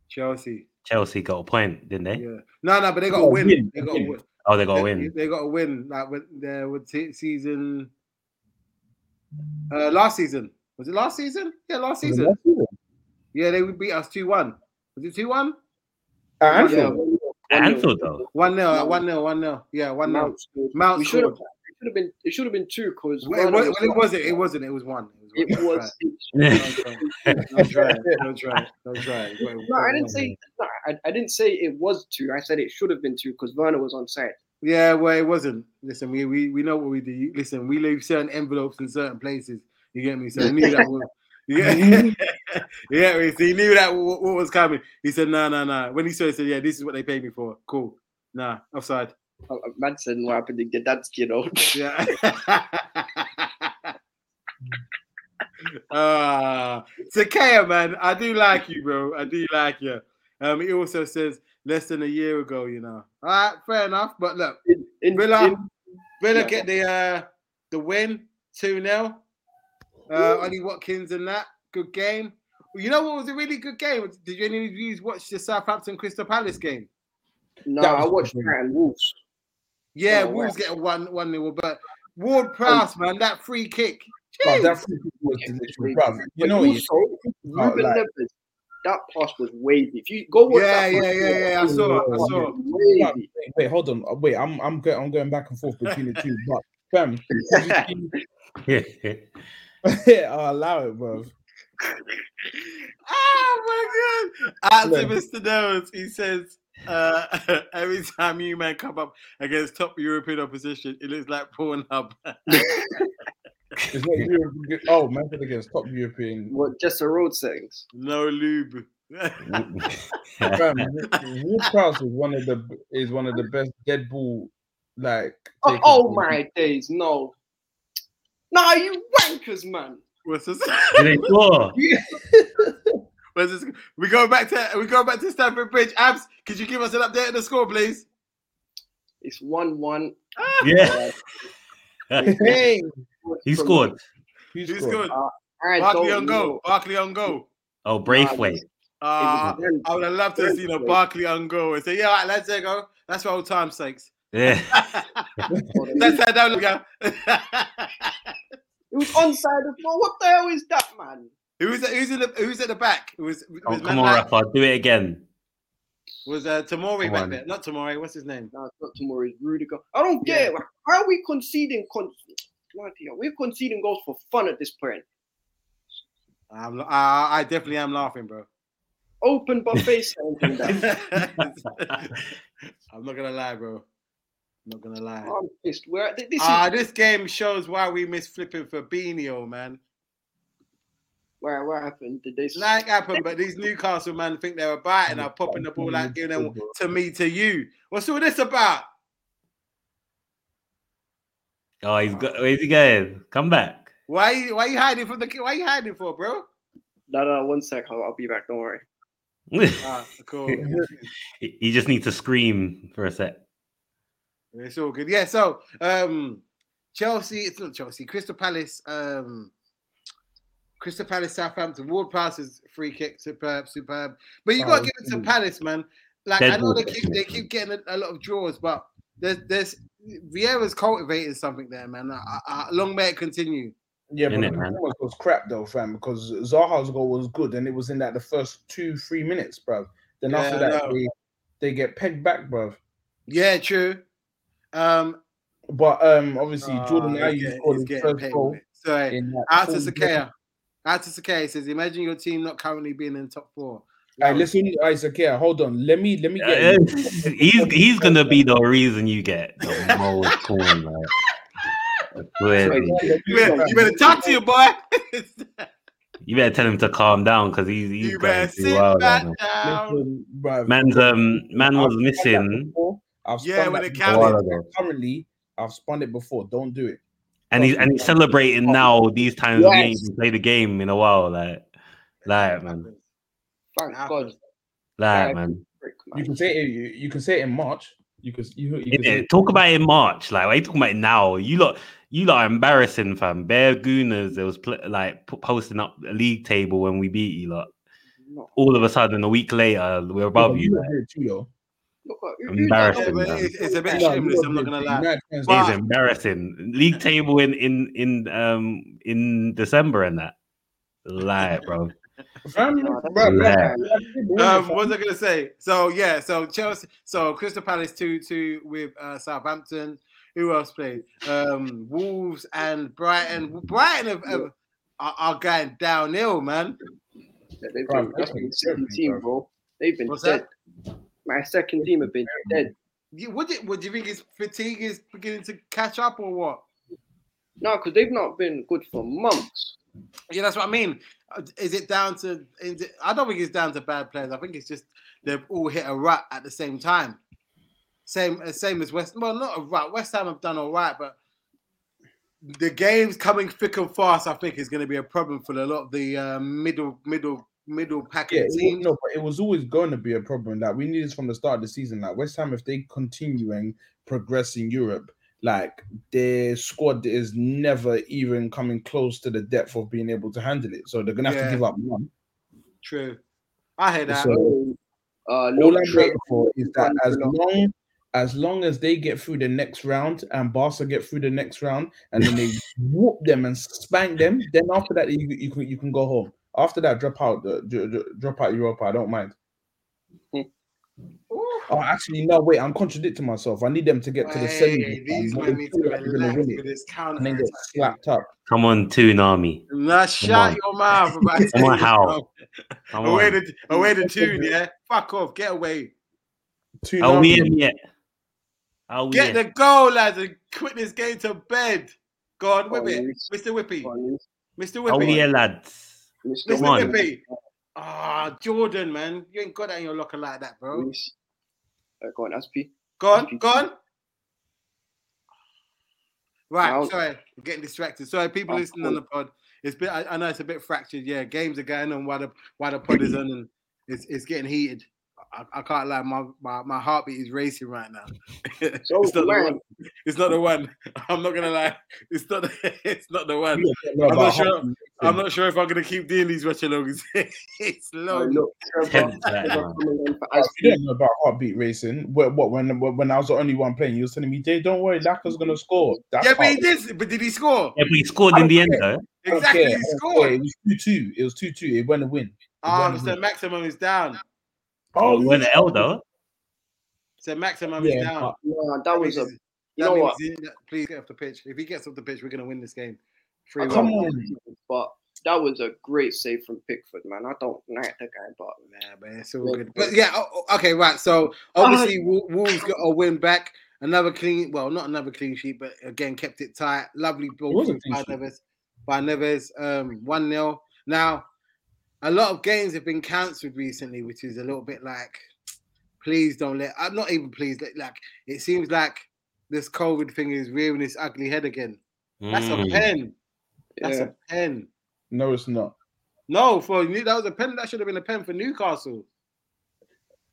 Chelsea. Chelsea got a point, didn't they? Yeah. No, no, but they got a Oh, win. win, They got a win. win. Oh, they got a They- Eh? win. They, got a win. Like with there with se- season uh last season. Was it last season? Yeah, last season. Yeah, they beat us 2 1. Was it 2 1? At yeah, Anfield. At Anfield, though. 1 0. No. 1 0. 1 0. Yeah, 1 0. Mount scored. Mount we should have. scored. It should have been. It should have been two because Well, it, was, well, it wasn't. It wasn't. It was one. It was. Don't try. it. Don't try. it. Don't try. it. Wait, No, I wait, didn't wait. say. No, I, I didn't say it was two. I said it should have been two because Werner was on side. Yeah, well, it wasn't. Listen, we, we we know what we do. Listen, we leave certain envelopes in certain places. You get me? So he knew that. Was, you Mm-hmm. get, yeah, so he knew that what, what was coming. He said, "No, no, no." When he saw it, he said, "Yeah, this is what they paid me for." Cool. Nah, offside. Uh, uh, Madsen, what happened to get that skin off? Yeah. Ah, Takea, man, I do like you, bro. I do like you. Um, he also says less than a year ago, you know. All right, fair enough. But look, In, in, Villa, in- Villa Yeah. get the uh the win two 0 Uh, Ollie Watkins and that good game. You know what was a really good game? Did you any of you watch the Southampton Crystal Palace game? no, That I was watched good. that and Wolves. Yeah, Oh, wow. Wolves get a one one nil, but Ward Prowse, man, that free kick. Bruv, Jeez. that free kick was delicious, bruv. You But know, you also, about, Ruben like- Neves, that pass was wavy. If you go watch Yeah, that, yeah, yeah, yeah, I saw it, I saw it. Wavy. wait, wait, hold on. Uh, Wait, I'm I'm going I'm going back and forth between the two, but fam, I'll allow it, bruv. Oh my god! Out to No. Mr. Nose, he says, uh, every time you men come up against top European opposition, it looks like Pornhub. It's not Europe- oh man, against top European What just the road settings? no lube. fam. Ward Prowse is one of the is one of the best dead ball like Oh, takers oh in- my days, no. Nah, you wankers, man. What's this? Did they score? What's this? We go back to we go back to Stamford Bridge. Abs, could you give us an update on the score, please? It's one one. Yeah, Hey, he scored. who Who's scored? good? I Barkley don't on know. goal. Barkley on goal. Oh, Braithwaite. Ah, It was I would have loved to have seen a Braithwaite. Barkley on goal and say, "Yeah, all right, let's go." That's for old time's sakes. Yeah, That's how that would go. It was onside of ball. What the hell is that, man? Who's at, who's in the who's at the back? It was it was, oh, man come on, like- Rafa, do it again. was uh, Tamori Come back on. there? Not Tamori. What's his name? No, it's not tomorrow. It's Rudiger. I don't get it. How are we conceding? Con- Bloody hell, we're conceding goals for fun at this point. I'm, uh, I, I definitely am laughing, bro. Open buffet something I'm that. not gonna lie, bro. I'm not gonna lie. I'm pissed. Where th- Oh, this Ah, is this game shows why we miss flipping Fabinho, man. where what happened? Did they? Like happened, but these Newcastle man think they're about and are popping the ball out, giving them to me to you. What's all this about? Oh, he's got. Where's he going? Come back. Why you why you hiding from the ki- why you hiding for, bro? No, no, one sec. I'll, I'll be back. Don't worry. Ah, cool. you just need to scream for a sec. It's all good. Yeah, so um Chelsea, it's not Chelsea, Crystal Palace, um Crystal Palace, Southampton, Ward passes free kick, superb, superb. But you gotta Oh, give it to mm. Palace, man. Like I Dead know ball they keep they definitely. keep getting a, a lot of draws, but there's there's Vieira's cultivated something there, man. I, I, long may it continue. Yeah, but Innit, the man? performance was crap though, fam, because Zaha's goal was good and it was in that the first two, three minutes, bruv. Then Yeah, after I that, know. they, they get pegged back, bruv. Yeah, true. Um, But um, obviously, Jordan oh, he's Ayew getting- scored he's his getting first paid goal. with it. Sorry. in that Out to full- Sakea. Out to Sakea says, imagine your team not currently being in top four. Hey, listen, Isaac, hold on. Let me let me get Uh, he's he's gonna be the reason you get the most corn, man. I swear to you. You better, you better talk to your boy. You better tell him to calm down because he's he's you going better too sit wild right back now. down. Listen, bruv, Man's um man was I've spun that missing before. I've Yeah, spun when that it before. a while ago, Currently, I've spun it before. Don't do it. and he's and he's celebrating now. These times we ain't even played the game in a while, like like man, Thank God. like man. Frick, man. You can say it. You, you can say it in March. You can. You, you can say Innit? Talk about it in March. Like, why you talking about it now? You lot, you lot are embarrassing, fam. Bear Gooners, there was pl- like p- posting up a league table when we beat you lot. No. All of a sudden, a week later, we're above Yeah, you. lot did too, though. Look at- who- who- Embarrassing, man. Oh, It's, it's a bit No, you shameless, lot I'm not did going to too. lie. Mad fans But- It's embarrassing. League table in in in um in December and that. Lie, bro. did. Fam, No, bruv, that's- Yeah. bruv, Um, what was I going to say? So, yeah, so Chelsea, so Crystal Palace 2 2 with uh, Southampton. Who else played? Um, Wolves and Brighton. Brighton have, have, are, are going downhill, man. Yeah, they've Bro, been, that's been different, second different, team, bro. bro. They've been What's dead. that? My second team have been dead. You, what, do, you- what do you think his fatigue is beginning to catch up or what? No, because they've not been good for months. Yeah, that's what I mean. Uh, Is it down to? Is it, I don't think it's down to bad players. I think it's just they've all hit a rut at the same time. Same uh, same as West. Well, not a rut. West Ham have done all right, but the games coming thick and fast. I think is going to be a problem for a lot of the uh, middle middle middle Yeah, packet it was, teams. no, but it was always going to be a problem. Like we knew this from the start of the season. Like West Ham, if they continue and progress in Europe, like their squad is never even coming close to the depth of being able to handle it. So they're gonna have Yeah. to give up one. True, I hear that. So Uh, all no I'm trade. waiting for is that as Trevor. long as long as they get through the next round and Barca get through the next round and then they whoop them and spank them, then after that you, you can you can go home. After that, drop out the dr- dr- drop out Europa. I don't mind. Hmm. Oh, actually, no. Wait, I'm contradicting myself. I need them to get to the semi. Hey, these and men they need to feel like they're gonna relax win with it, this counter. and then get slapped up. Come on, Toonami. Nah, shut on. your mouth about Come Tottenham. on, Hal. Come Away on. the away the tune, yeah. Fuck off, get away. Two Are we nil. in yet? Are we Get in? the goal, lads, and quit this game to bed. Go on, whip it. Boys, Mr. Whippy. boys, Mr. Are we Whippy. in, lads? Mr. Mr. Come on. Whippy. Ah, Jordan, man. You ain't got that in your locker like that, bro. Boys. Uh, go on, SP. Go on, go on. Right, Now- sorry, I'm getting distracted. Sorry, people Oh, listening on the pod. It's been I, I know it's a bit fractured. Yeah, games are going on while the while the pod is on and it's it's getting heated. I, I can't lie, my, my my heartbeat is racing right now. it's So, not the man, one. It's not the one. I'm not gonna lie. It's not. It's not the one. No, I'm but not sure- half- I'm not sure if I'm gonna keep doing these watchalogs. it's uh, long. look, Trevor, Tenth, that, Trevor man. coming on for If you SP. don't know about heartbeat racing, what, what when when I was the only one playing, you was telling me, "Jay, don't worry, Laka's gonna score." That's Yeah, but he heartbeat. did. But did he score? Yeah, we scored in the end, though. I don't Exactly, care. he I don't care. scored. It was two two. It was two two. It went a win. Oh, One so maximum is down. Oh, we're the L, though. So maximum is yeah, down. but Nah, that was a. means- that You know means what? he- please get off the pitch. If he gets off the pitch, we're gonna win this game. I Three can't Oh, Come one. on. believe it, But that was a great save from Pickford, man. I don't like the guy, but Nah, man, it's all good. But yeah, oh, oh, okay, right. So obviously, Wol- Wolves got a win back. Another clean, well, not another clean sheet, but again kept it tight. Lovely ball was a from clean by sheet. Neves. By Neves, um, one 0 Now, a lot of games have been cancelled recently, which is a little bit like, please don't let. I'm not even pleased. Like, like it seems like this COVID thing is rearing its ugly head again. That's a Mm. pen. That's yeah. a pen. no, it's not. No, for New- that was a pen. That should have been a pen for Newcastle.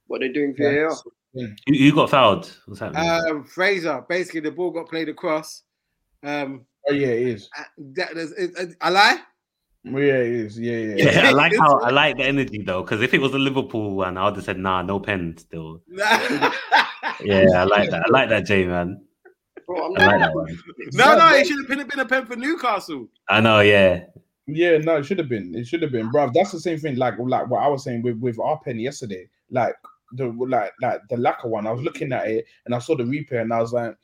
what they're doing Yeah. VAR. Who, who got fouled? What's happening? Um, Fraser, basically, the ball got played across. Um, Oh yeah, it is. uh, that, is, is, is- I lie. Yeah, it is. Yeah, yeah. yeah. yeah, I like it's- how I like the energy though, because if it was a Liverpool one, I would have said, "Nah, no pen." Still, Nah. yeah, I like that. I like that, J man. bro. I'm I like not. that one. No, no, it should have been, been a pen for Newcastle. I know, yeah. Yeah, no, it should have been. It should have been, bruv. That's the same thing, like like what I was saying with with our pen yesterday. Like the like like the lacquer one. I was looking at it and I saw the repair and I was like,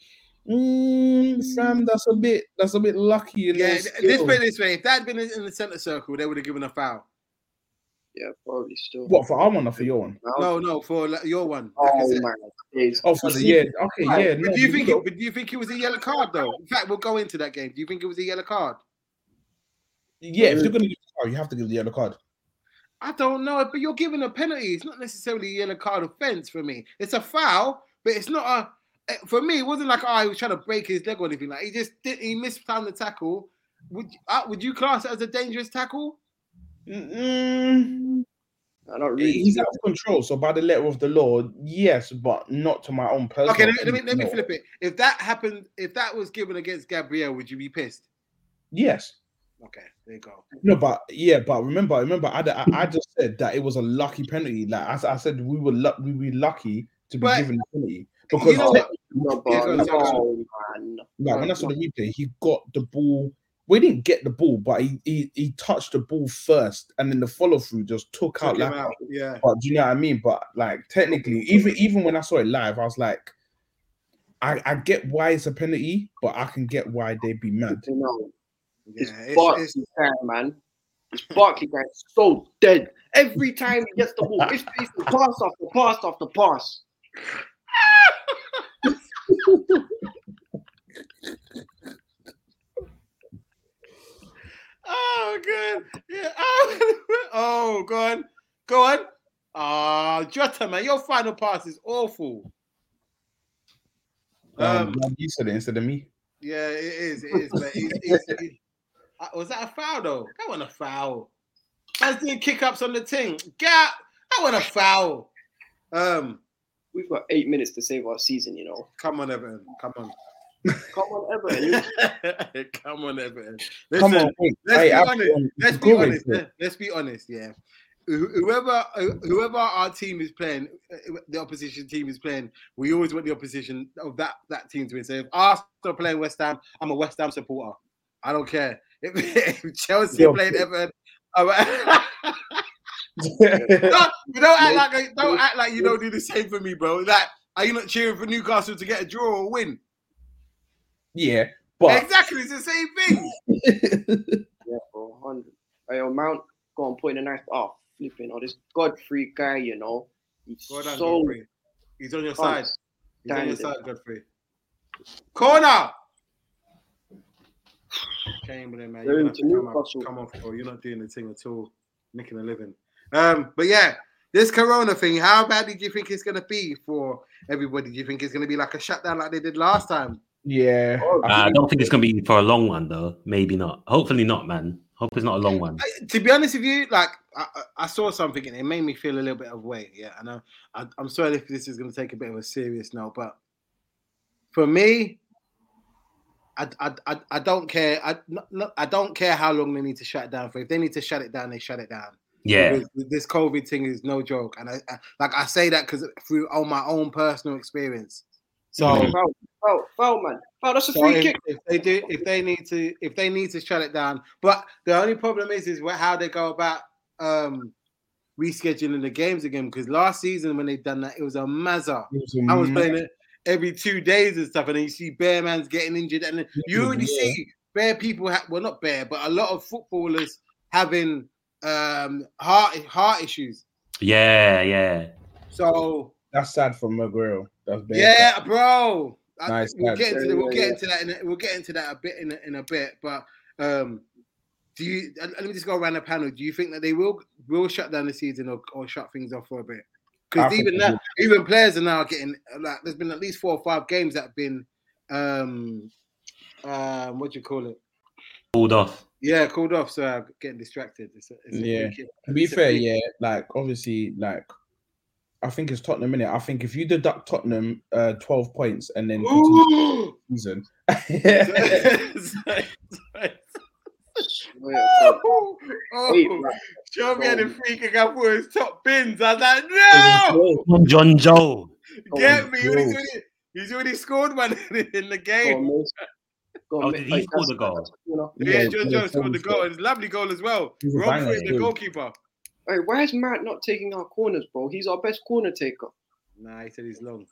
mm, fam, that's a bit that's a bit lucky. in Yeah, those this skills." bit this way. If that had been in the centre circle, they would have given a foul. Yeah, probably still. What for our one or for your one? No, no, for like, your one. Like I Oh said. my days. Oh, for the yeah, okay, yeah. but No, do you we think? got- It, but do you think it was a yellow card though? In fact, we'll go into that game. Do you think it was a yellow card? yeah, if you're gonna give the card, you have to give the yellow card. I don't know, but you're giving a penalty. It's not necessarily a yellow card offence for me. It's a foul, but it's not a. eh, For me, it wasn't like oh, he was trying to break his leg or anything. Like he just did. He mistimed the tackle. Would uh, would you class it as a dangerous tackle? Mm, No, not really. he's out of control, so by the letter of the law, yes, but not to my own personal. Okay, let, me- let me let me no. flip it. If that happened, if that was given against Gabriel, would you be pissed? Yes. Okay, there you go. No, but yeah, but remember, remember, I, I, I just said that it was a lucky penalty. Like I, s- I said, we were luck, we were lucky to be But- given the penalty because you know like, what? No, Yeah, bro. go, go, No, man. when I saw the replay, he got the ball. We didn't get the ball, but he he, he touched the ball first, and then the follow through just took, Took out. him Like, out. Yeah. but do you know what I mean? But like technically, even even when I saw it live, I was like, I, I get why it's a penalty, but I can get why they'd be mad. No, Yeah, It's it's- Barkley's it's- time, man. It's Barkley guy so dead. Every time he gets the ball, it's, it's the pass after pass after pass. oh god, yeah. Oh, oh, go on, go on. Ah, Jota, man, your final pass is awful. Um, Um, you said it instead of me. yeah, it is. It is. But he's, he's, he- Uh, was that a foul though? That wasn't a foul. I doing kick ups on the thing. Get out. That wasn't a foul. Um, We've got eight minutes to save our season, you know. come on, Everton. Come on. Come on, Everton. You- come on, Everton. Come Listen, on, wait. let's Hey, be I've- honest, Let's be go with honest. it. let- Let's be honest. Yeah, Who- whoever whoever our team is playing, uh, the opposition team is playing. We always want the opposition of that that team to win. So if Arsenal are playing West Ham, I'm a West Ham supporter. I don't care if, if Chelsea Yeah, are playing okay. Everton. I'm a- don't, you don't act like I- don't act like you don't do the same for me, bro. Like, are you not cheering for Newcastle to get a draw or win? yeah, but exactly, it's the same thing. yeah, bro. 100. Hey, yo, Mount, go and put in a knife. Oh, flipping. Oh, this Godfrey guy, you know. He's Well done, so Godfrey. He's on your side. He's on your Standard. side, Godfrey. Corner. Chamberlain, man. You're Going gonna have to to come off, Newcastle. come off, bro. You're not doing the thing at all. Making a living. Um, but yeah, this corona thing, how bad do you think it's gonna be for everybody? Do you think it's gonna be like a shutdown like they did last time? yeah, Oh, Uh, I don't think it's gonna be for a long one though. Maybe not. Hopefully not, man. Hope it's not a long one. I- to be honest with you, like I, I- I saw something and it made me feel a little bit of way. Yeah, and I, I, I'm sorry if this is going to take a bit of a serious note, but for me, I, I, I, I don't care. I, no- no- I don't care how long they need to shut it down for. If they need to shut it down, they shut it down. Yeah. Because This COVID thing is no joke, and I, I like I say that because through on my own personal experience. So Mhm. Foul, foul, foul, man. Foul, that's a so free if, kick. if they do, if they need to, if they need to shut it down. But the only problem is, is wha- how they go about um rescheduling the games again. Because last season when they done that, it was a mazza. I Mm-hmm. was playing it every two days and stuff, and then you see bear man's getting injured, and then you already Yeah. see bear people. Ha- well, not bear, but a lot of footballers having um heart heart issues. Yeah, yeah. So That's sad for McGrill. That's bad. Yeah, bro. I- Nice, we'll nice. get into Yeah, the, we'll yeah, get yeah. into that in a, we'll get into that a bit in a, in a bit. But um, do you? uh, Let me just go around the panel. Do you think that they will will shut down the season or, or shut things off for a bit? I Because think even they now, even players are now getting like there's been at least four or five games that have been um um what do you call it? Pulled off. Yeah, called off. So I'm getting distracted. It's a, it's a Yeah. big- To be it's a fair, big- yeah, like obviously, like I think it's Tottenham in it. I think if you deduct Tottenham uh, twelve points and then continue Ooh! the season, Yeah, bro. Wait, Oh. man. Show me Bro. had a freaking out for his top bins. I was like, no, John Joe. Oh, get me. bro. When he- when he- He's already scored one in Oh, the Go game. on, Mace. Go on, Oh, Mace. did he score the goal? You know. yeah, Yeah, John yeah, Jones scored the Jones goal. It's a lovely goal as well. He's a Rob banger, Free, the dude. goalkeeper. Hey, why is Matt not taking our corners, bro? He's our best corner taker. Nah, he said he's long.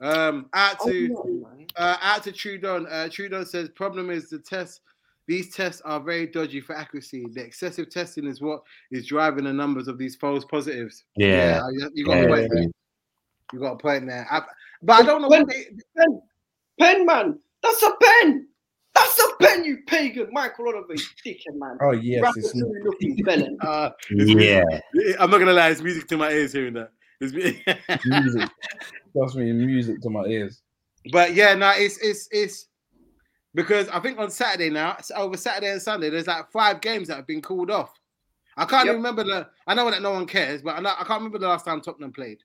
Um, out Oh, to no, man. uh, out to Trudon. Uh, Trudon says problem is the tests. These tests are very dodgy for accuracy. The excessive testing is what is driving the numbers of these false positives. Yeah. you, you got yeah, a point there. You got a point there. I- but I don't know what they, Pen, pen, man. That's a pen. That's a pen, you pagan. Michael Oliver, you dickhead, man. Oh yes, it's Rapidly looking villain. uh, yeah. I'm not gonna lie. It's music to my ears hearing that. It's mu- music. Trust me, music to my ears. But yeah, no, it's it's it's because I think on Saturday now, it's over Saturday and Sunday, there's like five games that have been called off. I can't Yep. remember the. I know that no one cares, but I, know, I can't remember the last time Tottenham played.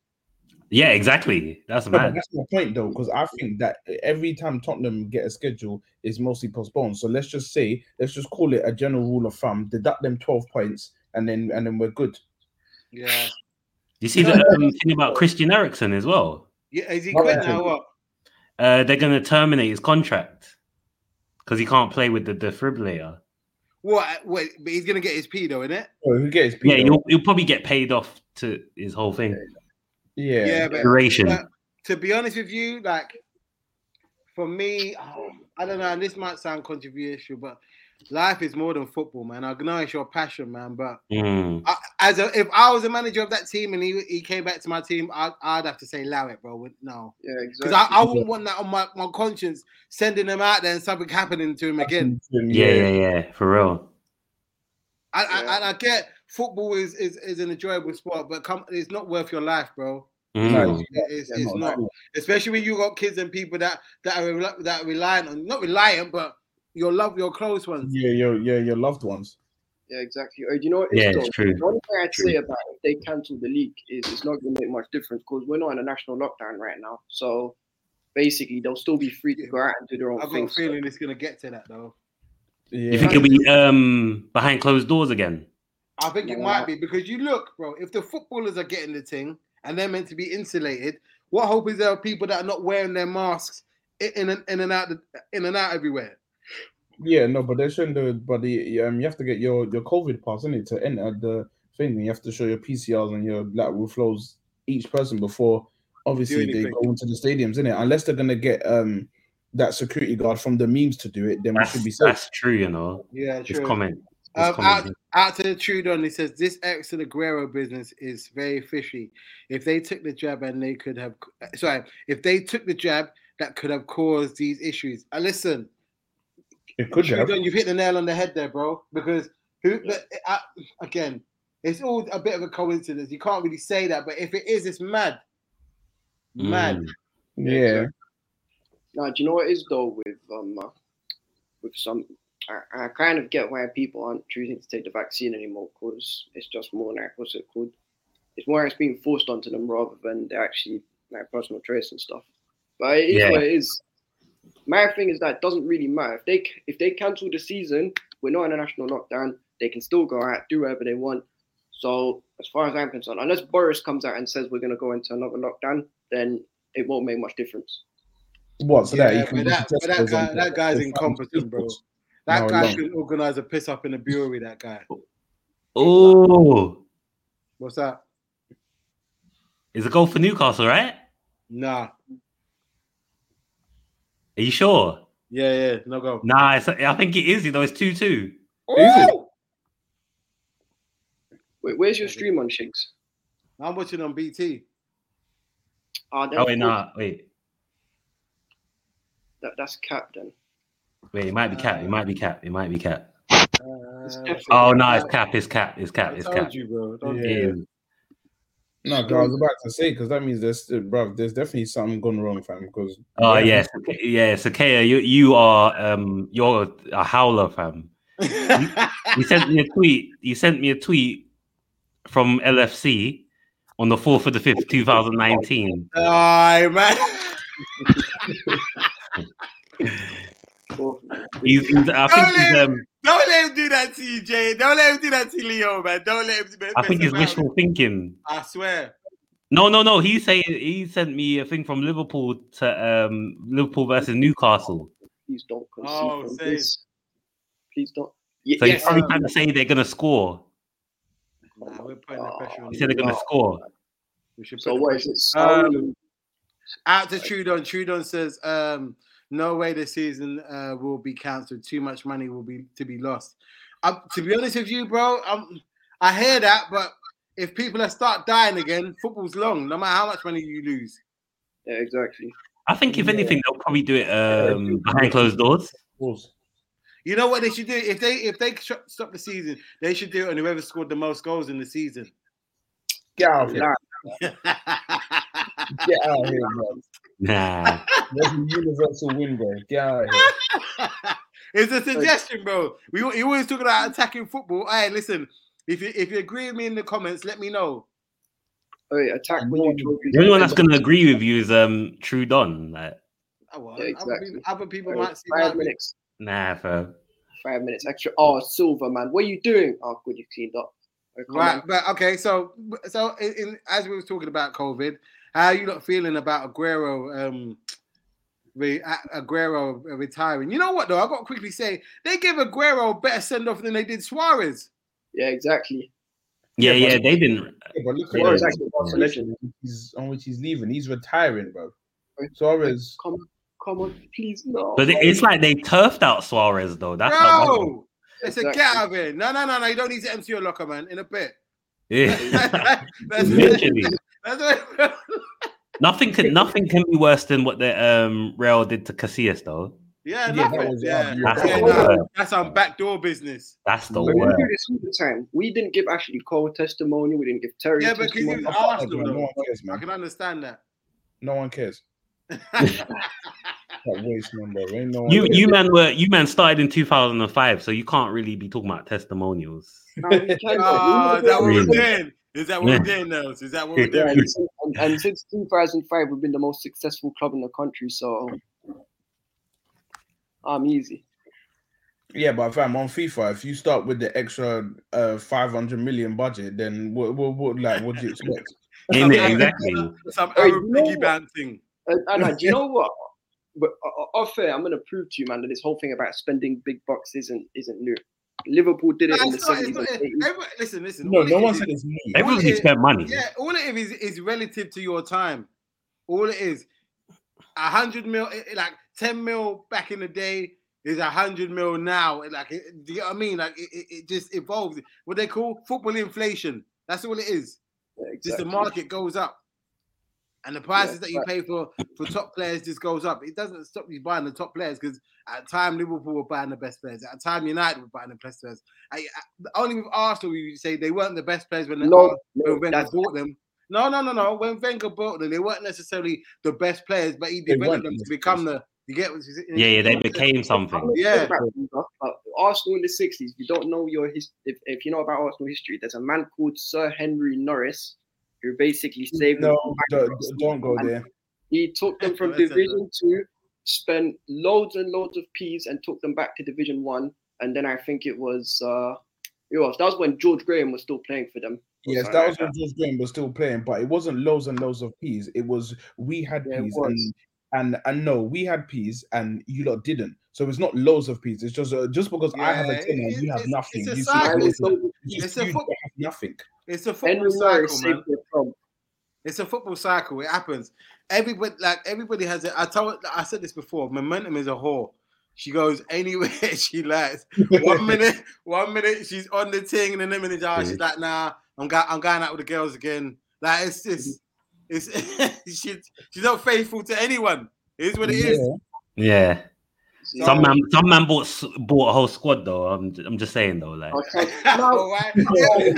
Yeah, exactly. That's No, but mad. that's my point though, because I think that every time Tottenham get a schedule, it's mostly postponed. So let's just say, let's just call it a general rule of thumb. Deduct them twelve points, and then and then we're good. Yeah, You see the um, thing about Christian Eriksen as well. yeah. Is he Not quit that now? one. What? Uh, they're going to terminate his contract because he can't play with the defibrillator. What? Wait, but he's gonna get his P though, innit? So who gets? Yeah, beat he'll, he'll probably get paid off to his whole thing. yeah. Yeah, but Duration. But to be honest with you, like for me, oh, I don't know, and this might sound controversial, but life is more than football, man. I know it's your passion, man, but Mm. I, as a, if I was a manager of that team and he, he came back to my team, I, I'd have to say allow it, bro. Would- No, Yeah, because exactly. I, I wouldn't want that on my, my conscience, sending him out there and something happening to him again. Yeah, yeah, yeah. For real. I, I, and I get football is, is is an enjoyable sport, but come, it's not worth your life, bro. Mm. It's, Yeah, it's no, not, no. especially when you got kids and people that that are rel- that are reliant on not reliant, but your love, your close ones. Yeah, your yeah, your loved ones. Yeah, exactly. Uh, you know what? Yeah, though? it's true. The only thing I'd True. say about if they cancel the league is it's not going to make much difference because we're not in a national lockdown right now. So basically, they'll still be free to go out and do their own I've got a things. feeling it's gonna get to that though. Yeah. You think he'll be um, behind closed doors again? I think it Yeah. might be because you look, bro. If the footballers are getting the thing and they're meant to be insulated, what hope is there of people that are not wearing their masks i- in and in and out the- in and out everywhere? Yeah, no, but they shouldn't do it. But the, um, you have to get your your COVID pass in it to enter the thing. and You have to show your PCRs and your lateral flows each person before obviously they anything. go into the stadiums, in it. Unless they're gonna get um that security guard from the memes to do it, then we That's, should be safe. that's true, you know. Yeah, His comment. His Um, comment. Out to the Trudon, he says this Ericsson Aguero business is very fishy. If they took the jab and they could have, sorry, if they took the jab, that could have caused these issues. Uh, listen, It could have. Trudon, you've hit the nail on the head there, bro. Because who, but, uh, again, it's all a bit of a coincidence. You can't really say that, but if it is, it's mad. Mad. Mm. Yeah. Now, do you know what it is though with um uh, with some? I, I kind of get why people aren't choosing to take the vaccine anymore because it's just more like what's it called? It's more like it's being forced onto them rather than they're actually like personal choice and stuff. But it is Yeah. what it is. My thing is that it doesn't really matter if they c- if they cancel the season, we're not in a national lockdown. They can still go out, do whatever they want. So as far as I'm concerned, unless Boris comes out and says we're going to go into another lockdown, then it won't make much difference. What? So Yeah, that you can but do that- the test but that goes on guy- that the- guy's the fucking incompetent, bro. peoples. That No, guy no. should organize a piss up in a brewery. That guy. Mm. Oh, What's that? it's a goal for Newcastle, right? Nah. Are you sure? Yeah, yeah. No go. Nah, it's, I think it is. You know, it's two two. Is it? Wait, where's your stream on Shakes? I'm watching on BT. Ah, that's Oh wait, cool. nah, wait, That, that's cap then. wait. It might be cap. It might be cap. It might be cap. Uh, It's definitely- Oh no, it's cap. It's cap. It's cap. I It's told cap. you, bro. Don't Yeah. do it. It is. No, 'cause I was about to say because that means there's, still, bro, there's definitely something gone wrong, fam. Because Oh yes, yeah. So Kea, you you are um you're a howler, fam. You sent me a tweet. You sent me a tweet from LFC on the fourth of the fifth, two thousand nineteen. Aye, man. Cool. He's, he's, I think he's, um, Don't let him do that to you, Jay. Don't let him do that to Leo, man. Don't let him. I think mess he's about. wishful thinking. I swear. No, no, no. He say he sent me a thing from Liverpool to um Liverpool versus Newcastle. Please don't concede. Oh, from same. this. Please don't. Y- So he's yes, probably um, trying to say they're gonna score. Nah, we're putting the pressure on He you. said they're gonna No. score. We should so put the what pressure- is it? Saul- Uh, Out to Trudon. Trudon says, um, "No way the season uh, will be cancelled. Too much money will be to be lost." Um, to be honest with you, bro, um, I hear that, but if people are start dying again, football's long. No matter how much money you lose, yeah, exactly. I think if anything, they'll probably do it um behind closed doors. you know what they should do if they if they sh- stop the season, they should do it on whoever scored the most goals in the season. Get out of here. Nah, Get out of here, bro. Nah. There's a universal win, bro. Get out of here. it's a suggestion, bro. We you always talk about attacking football. Hey, listen, if you if you agree with me in the comments, let me know. wait, Oh, attack when you trophies. The only one that's gonna agree with you is um Trudon. Like, Oh, well, other, Yeah, exactly. people, other people Wait, might see Five that. minutes. nah, fam. Five minutes extra. Oh, silver man, what are you doing? Oh, good, you cleaned up. Oh, come Right, on. but okay, so so in, in, as we were talking about COVID, how you not feeling about Aguero um re, A- Aguero retiring? You know what though, I got to quickly say they gave Aguero a better send off than they did Suarez. Yeah, exactly. Yeah, Yeah, yeah, but- they didn't. Yeah, but look at Yeah. Well, Suarez. exactly. Barca Yeah. legend. He's on which he's leaving. He's retiring, bro. Suarez. Come on, come on, please no. But it- it's like they turfed out Suarez though. That's how bad it was. Bro, they said Exactly. get out of here. No, no, no, no, you don't need to empty your locker, man. In a bit. Yeah. that's, Literally. that's what, Nothing can nothing can be worse than what the um Real did to Casillas though. yeah, Yeah, yeah, that was yeah. yeah. That's Yeah, the no. worst. That's some backdoor business. That's the But we worst. do this all the time. We didn't give Ashley Cole testimony. We didn't give Terry Yeah, because he testimony. was No Arsenal one though. cares, I man. can understand that. No one cares. That waste man, bro. Ain't no one You cares. you man were you man started in 2005, so you can't really be talking about testimonials. No, we can't. Oh, is that what we're Really? doing? Is that what we're doing, now? Is that what we're Yeah, doing? and, since- and- and since 2005, we've been the most successful club in the country. So I'm easy. Yeah, but fam, on FIFA, if you start with the extra uh, 500 million budget, then what, what, what like, what do you expect? Ain't it? Exactly. Some Hey, Arab you know piggy what? bank thing. And, and uh, do you know what? But uh, uh, off air, I'm gonna prove to you, man, that this whole thing about spending big bucks isn't isn't new. Liverpool did No, it in the it's not, it's 70s not, and 80s. everyone- listen, listen. No, all no it one is- said it's me. Everybody spent money. Yeah, all it is is relative to your time. All it is, a hundred mil, it- it like ten mil back in the day is a hundred mil now. It Like, it- do you know what I mean? Like, it, it- it just evolves. What they call football inflation. That's all it is. Yeah, Just the exactly. market goes up, and the prices that you right. pay for for top players just goes up. It doesn't stop you buying the top players because at a time Liverpool were buying the best players. At a time United were buying the best players. I, I, only with Arsenal you say they weren't the best players when they No, when no, Wenger that's bought them. No, no, no, no. When Wenger bought them, they weren't necessarily the best players, but he They developed weren't them the to best become the. You get what Yeah, yeah, they became something. Yeah. About Wenger, but Arsenal in the 60s, if you don't know your history, if, if you know about Arsenal history, there's a man called Sir Henry Norris who basically saved them. No, from don't, bankruptcy. don't go there. He took them from That's a- Division Two, spent loads and loads of peas, and took them back to Division One. And then I think it was uh, it was that was when George Graham was still playing for them. Yes, Sorry, that was yeah. when George Graham was still playing, but it wasn't loads and loads of peas. It was we had Yeah, it peas was. and and and no, we had peas and you lot didn't. So it's not loads of peas. It's just uh, just because I have Yeah, a ten and it- you have it's- nothing. it's a you see, cycle. And it's it's just, so- you it's a you foot- don't have nothing. It's a football Henry cycle, Norris man. saved their club. It's a football cycle. It happens. Everybody, like everybody, has it. I told, I said this before. Momentum is a whore. She goes anywhere she likes. One minute, one minute she's on the thing, and then a minute ah, she's Mm. like, "Nah, I'm going, I'm going out with the girls again." Like it's just, Mm-hmm. it's she, she's not faithful to anyone. It is what it is. Yeah. Yeah. So- Some man some man bought s- bought a whole squad though. I'm I'm just saying though, like I can't- All No, right.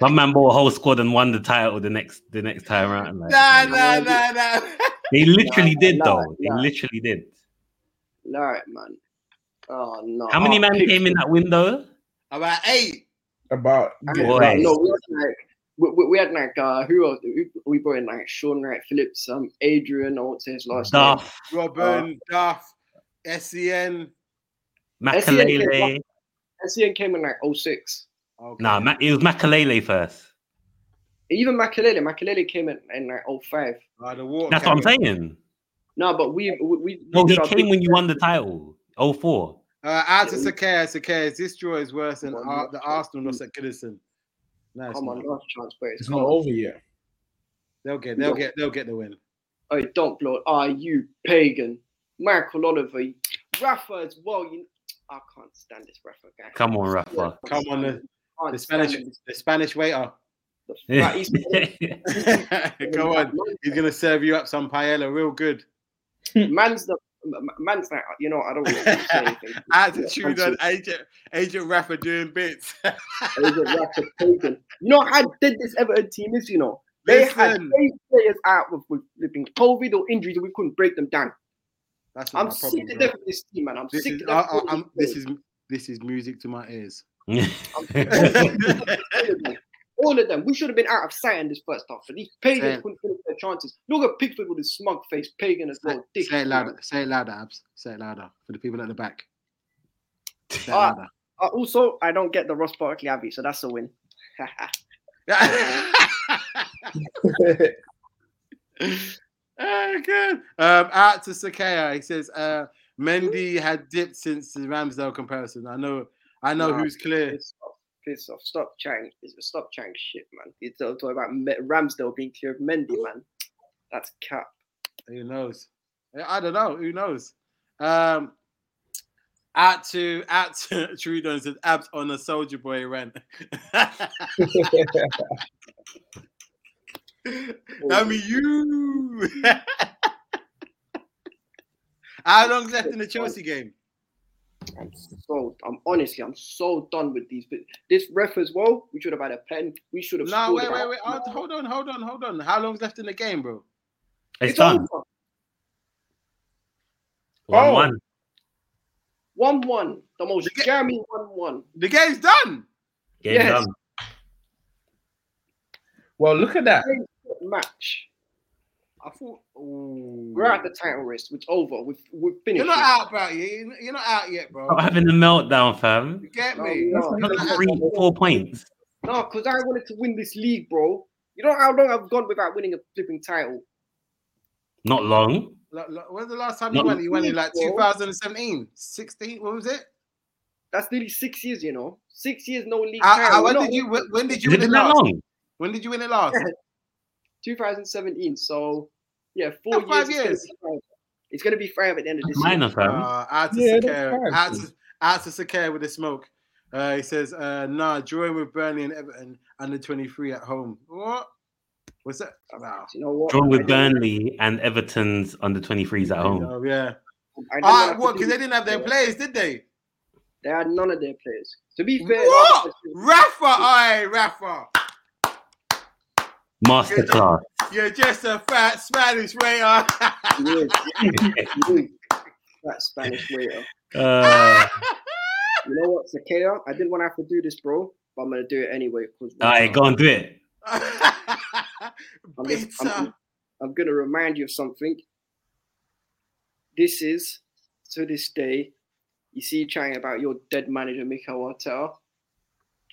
some man bought a whole squad and won the title the next the next time around. Like, Nah, nah, nah, nah. They literally Nah, did nah, though. nah. They literally did. all right, man. Oh no. How many Oh, men pick- came in that window? About eight. About yeah, Boy. about- No, we had like we, we- we had like uh, who else? We, we brought in like Sean Wright Phillips, um, Adrian. I won't say his last name. Duff, Robin, Uh, Duff, Sen. Makalele. SCN came in like 06. Okay. Nah, Ma- it was Makalele first. Even Makalele, Makalele came in, in like 05. Ah, the water That's what I'm cannon. saying. No, but we we, we No, we he did our came big- when you won the title. Oh, 04. Uh, out to Sakaya, Sakaya. This draw is worse than Come on, Ar- the Arsenal loss at Goodison. No, it's Come on, not. last chance, but It's it's not over yet. they'll get, they'll get, they'll get the win. Oh, don't blow it. Are you pagan? Michael Oliver, Rafa as well. You, I can't stand this Rafa guy. Come on, Rafa. I can't Come on, stand the- him. I can't The Spanish, stand him. the Spanish waiter. The fact he's- That's Go on, he's gonna serve you up some paella, real good. Man's the m- m- man's like you know. I don't want to say anything. Attitude on agent, agent Rafa doing bits. Agent Rafa pagan. You know how did this Everton team is? You know they had Listen, eight players out with, with flipping COVID or injuries, and we couldn't break them down. that's not I'm my sick problem. to bro. death of this team, man. I'm This sick is, to I, death. I, of I'm, this is, this is music to my ears. all of them. All of them. We should have been out of sight in this first half. For these pagans Same. couldn't finish their chances. Look at Pickford with his smug face, pagan as well. Dick. Say it louder. Say it louder, Abs. Say it louder for the people at the back. Say it Ah. louder. Uh, also, I don't get the Ross Barkley Abbey, so that's a win. Ah, good. Um, out to Sakaya. He says, uh, Mendy had dipped since the Ramsdale comparison. I know, I know Nah, who's clear. Piss off. Piss off. Stop chatting. Stop chatting shit, man. You're talking talking about Me- Ramsdale being clear of Mendy, Oh. man. That's cap. Who knows? I don't know. Who knows? Um, out to out to Trudeau and says abs on a soldier boy rent. I mean you. How long's left in the Chelsea game? I'm so. I'm honestly. I'm so done with these. But this ref as well. We should have had a pen. We should have. No, scored wait, wait, about- wait. Oh, Hold on, hold on, hold on. How long's left in the game, bro? it's done. over. One, Oh. one. One-one. The most Look at- jammy one-one. The game's done. Game Yes. done. Well, look at that. match. I thought. Ooh. We're at the title race. It's over. We've we've You're finished. not it. out, bro. You're you're not out yet, bro. Stop having a meltdown, fam. You get Oh, No, me? we are. Another Three, four points. No, because I wanted to win this league, bro. You know how long I've gone without winning a flipping title. Not long. Like, like, when's the last time No. you won? You won in like Bro. 2017, 16. What was it? That's nearly six years, you know. Six years, no league Ah, title. ah, when We're did not- you? When, when did you Has it win it been that last? long? When did you win it last? 2017. So yeah, four Yeah, five years. It's gonna be five at the end of this. Minor, year. fam. Uh, out to Yeah, that's Sakura. fine. Out to, out to Sakura with the smoke. Uh, he says, uh, "Nah, drawing with Burnley and Everton under 23 at home. What? What's that? Wow. You know what? Drawn I with didn't- Burnley and Everton's under 23s at home. Oh yeah. I didn't Ah, wanna what? do Because they didn't have their Yeah. players, did they? They had none of their players. To be fair, What? Rafa, aye, Rafa. Masterclass. You're just a fat Spanish waiter. Yes. Yes. that Spanish waiter. Uh, You know what, Sakea? I didn't want to have to do this, bro, but I'm gonna do it anyway. Cause all right, go and do it. I'm, just- I'm- Pizza. I'm- I'm gonna remind you of something. This is to this day. You see, you chatting about your dead manager, Mikel Arteta.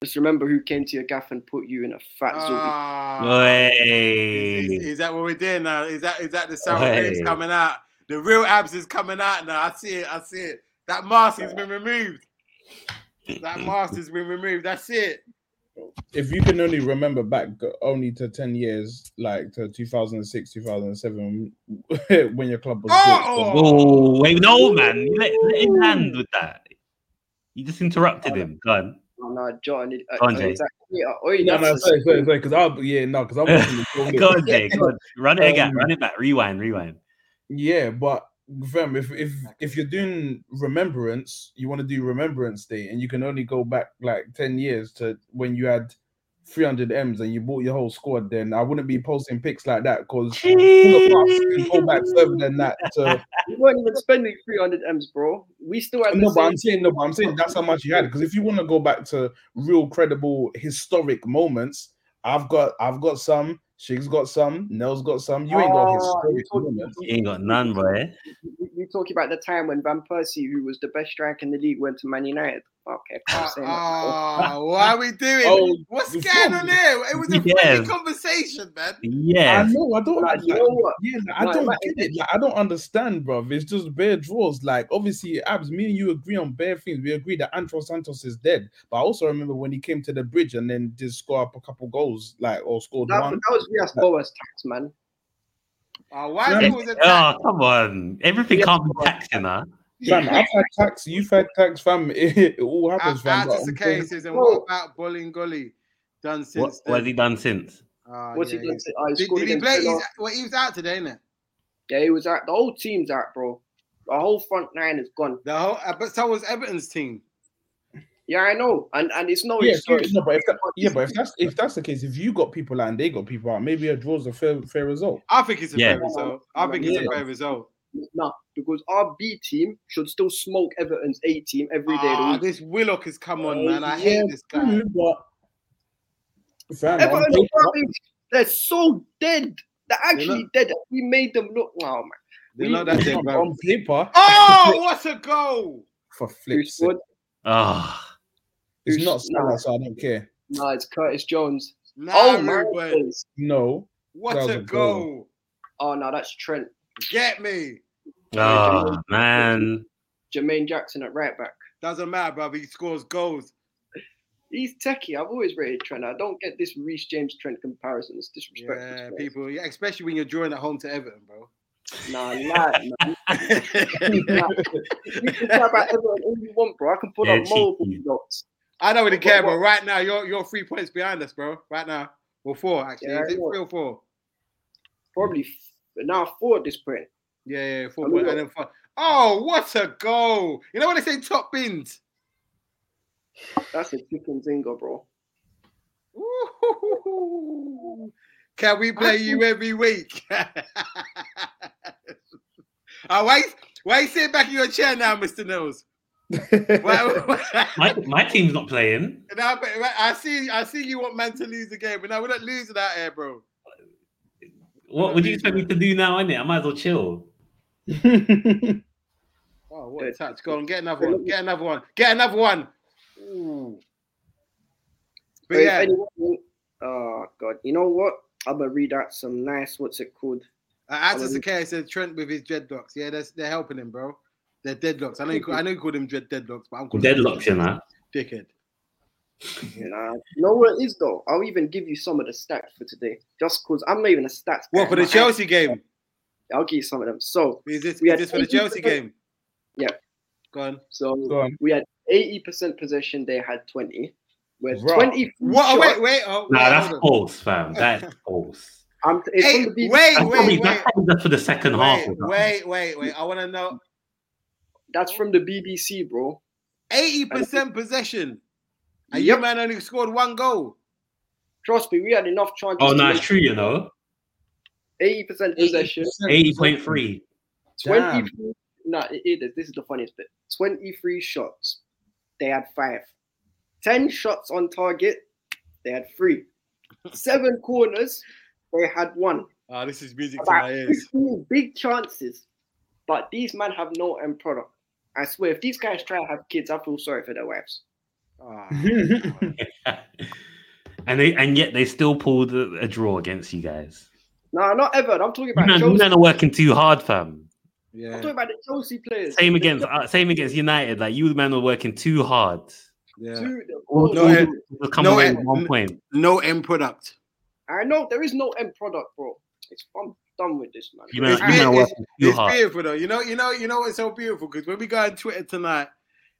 Just remember who came to your gaff and put you in a fat zone. Ah. Is, is- Hey. is that what we're doing now? Is that is that the sound Hey. waves coming out? The real abs is coming out now. I see it. I see it. That mask has been removed. That mask has been removed. That's it. If you can only remember back only to 10 years, like to 2006, 2007, when your club was. Oh! Whoa, wait, no, man. You let, let him land with that. You just interrupted him. Go on. Oh, no, John, it- uh, Go on, uh, Jay. is that- yeah, oh, yeah, No, no, that's a- sorry, sorry, sorry, because I'll, yeah, no, because I'm watching the full Go video. on, Jay. Go on. Run it again. Um, Run it back. Rewind, rewind. Yeah, but fam, if if if you're doing remembrance, you want to do remembrance day, and you can only go back like ten years to when you had 300 m's and you bought your whole squad. Then I wouldn't be posting pics like that because go back further than that. To, We weren't even spending 300 M's, bro. We still had the no, but same. I'm saying no, but I'm saying that's how much you had. Because if you want to go back to real credible historic moments, I've got I've got some. Shig's got some. Nell's got some. You ain't got Ah, historic you're talking- moments. You ain't got none, boy. We- we- you talking about the time when Van Persie, who was the best striker in the league, went to Man United. Okay, I can't say that. Oh, why are we doing? Oh, What's before going on we- here? It was a Yeah. friendly conversation, man. I Yes. know. I don't Like, like. you know what? Yeah, like, I Like, don't like- get it. Like, I don't understand, bro. It's just bare draws. Like, obviously, Abs, me and you agree on bare things. We agree that Antro Santos is dead. But I also remember when he came to the bridge and then did score up a couple goals, like, or scored That, one. that was Rias Boas tax, man. Oh, why Yeah. it was a Oh, come on. Everything can't be taxed, you know. Fam, I've had tax, you've had tax, fam. It, it all happens, fam. out but of I'm the saying- cases, and what about Bowling Golly? Done since What, what then? has he done since? Ah, What's yeah, he done? he's- to- Oh, he Did, scored did he against play? Villa. He's, well, he was out today, innit? Yeah, he was out. The whole team's out, bro. The whole front nine is gone. The whole, uh, but so was Everton's team. Yeah, I know. And and it's no Yeah, excuse. so- no, but if that- yeah, but if that's if that's the case, if you got people out and they got people out, maybe a draw's a fair fair result. I think it's a Yeah. fair result. I think it's Yeah. a fair result. No, because our B team should still smoke Everton's A team every day. Ah, of the week. this Willock has come on, Oh, man. I yeah. hate this guy. Mm, But fam, on Everton, paper- garbage. they're so dead. They're actually dead. We made them look. Oh man, They're not that dead, on, bro. on paper Oh, what a goal! for who flips. scored? Oh, It's not Who's- no. Salah, so I don't care. No, it's Curtis Jones. Nah, Oh my Ruben, days. No, that what was a a goal. goal. Oh no, that's Trent. Get me. oh man. Jermaine Jackson at right back. Doesn't matter, brother. He scores goals. He's techie. I've always rated Trent. I don't get this Reece James Trent comparison. It's disrespectful. to Yeah, Trent. people. Yeah, especially when you're drawing at home to Everton, bro. Nah, nah, man. Nah. you can talk about everyone all you want, bro. I can put Yeah, up multiple cheeky. results. I know we didn't care, What- but right now you're you're three points behind us, bro. Right now, well, four actually. Yeah, Is I it know. three or four? Probably f- now four at this point. Yeah, yeah, four And we point- and then five. Oh, what a goal! You know what they say, top bins. That's a chicken zinger, bro. Ooh. Can we play you every week? oh, why, why you sitting back in your chair now, Mr. Nils? Why- why- My, my team's not playing. Now, but I see, I see you want man to lose the game, but now we're not losing out here, bro. What would you expect me to do now, innit? I might as well chill. Oh, what a touch! Go on, get another one, get another one, get another one. Ooh. But But if yeah, anyone- oh god, you know what? I'm gonna read out some nice. What's it called? uh, Atta Hallelujah. Sakaya said Trent with his dreadlocks. Yeah, that's they're helping him, bro. They're deadlocks. I know you, call- I know you call them dread deadlocks, but I'm calling them Deadlocked, you know. dickhead. Mm-hmm. Nah, you know what it is though. I'll even give you some of the stats for today, just cause I'm not even a stats. guy. What for the My- Chelsea game? I'll give you some of them. So, Is this, We is had this for the 80% Chelsea game? Yeah. Go on. so Go on. we had 80 percent possession. They had 20. We're Bruh. 20. What? oh, shot. wait, wait. Oh, wait, Nah, that's hold on. false, fam. That's false. I'm, it's Hey, from the BBC. wait, That's probably, wait, that's wait, probably just for the second half. wait, or something. wait, wait, wait. I want to know That's from the BBC, bro. 80% possession. And Yep. you man only scored one goal. Trust me, we had enough chances. Oh, to no, make it's true, you know. 80% possession. 80.3. 23. No, it, it is. This is the funniest bit. 23 shots. They had five. 10 shots on target. They had three. Seven corners. They had one. Ah, this is music to my About ears. 15 big chances. But these men have no end product. I swear, if these guys try to have kids, I feel sorry for their wives. Ah. and they and yet they still pulled a, a draw against you guys. No, not ever. I'm talking You about men, you Chelsea. men are working too hard, fam. I'm Yeah, talking about the Chelsea players. Same against uh, same against United. Like you men are working too hard. yeah. Dude, All, No all end- you do is come no eh, away end- with one point. No end product. I know there is no end product, bro. It's I'm done with this, man. You men, It's you men are been- working too It's hard. beautiful though. You know, you know, you know what's so beautiful because when we go on Twitter tonight,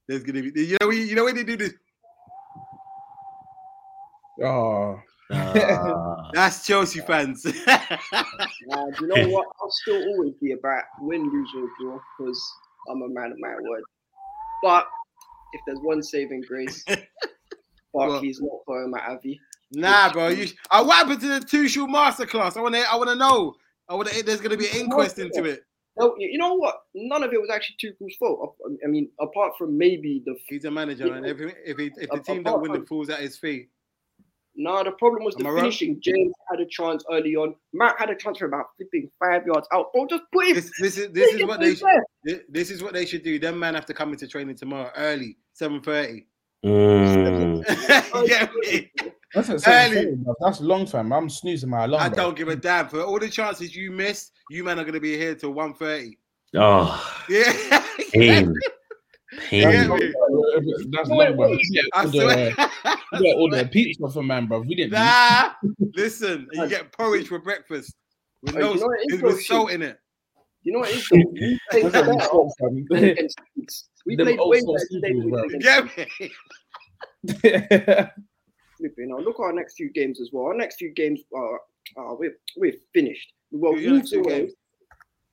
there's gonna be you know we you know when they do this. Oh, Ah. That's Chelsea fans. Ah, Nah, do you know what? I'll still always be about win, lose, or draw because I'm a man of my word. But if there's one saving grace, Barkley's not going my Avi. nah, bro. You, uh, what happened to the Tuchel masterclass? I want to. I want to know. I want to. There's gonna be an inquest into it. No, you you know what? None of it was actually Tuchel's fault. um, I- I mean, apart from maybe the He's a manager, man. If, he- if, he, if the team don't win, the fool's at his feet. No, the problem was the Am I right? finishing. James had a chance early on. Matt had a chance for about flipping five yards out. Bro, just put him. This, this is this put is him what they in should, there. thi- this is what they should do. Them man have to come into training tomorrow early, seven thirty. Mm. yeah, me. That's, a Early. seven, bro. that's a long time. I'm snoozing my alarm. I bro. don't give a damn for all the chances you missed. You man are gonna be here till 1.30. Oh, Yeah, pain. Yeah, Pain. man. That's long, bro. Yeah, I uh, swear. Yeah, order a pizza for man, bro. We didn't. nah, listen, you get porridge for breakfast with Oh, you no know what it is, with bro? salt in it. You know what it is, though? We played That's better what we thought, Them old than against Leeds. We played way school better than they people, did bro. You against get me? fam. Leeds, You know, look at our next few games as well. Our next few games are are we're we're finished. We got Your next Wolves two away. games.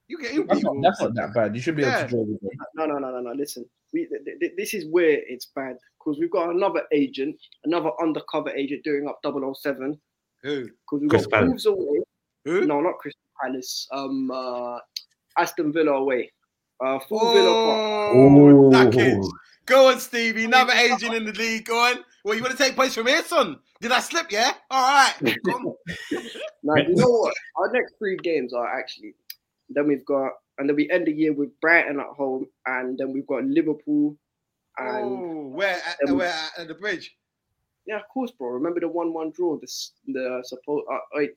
You get you That's beat not, Wolves. that's not that bad. You should be able Yeah. to draw with them. No, no, no, no, no. Listen, we, th- th- th- this is where it's bad because we've got another agent, another undercover agent doing up 007 Who? because we've Chris got Palace. Wolves away. Who? No, not Crystal Palace. Um, uh, Aston Villa away. Uh, full Villa. Park. Oh, knackered. Oh, Go on, Stevie. Another agent in the league. Go on. Well, you want to take points from here, son? Did I slip? Yeah. All right. Come. Now you know what? Our next three games are actually. Then we've got, and then we end the year with Brighton at home, and then we've got Liverpool, and Oh, where? At, Um, where at, at the bridge? Yeah, of course, bro. Remember the one-one draw? This the support. Uh, I,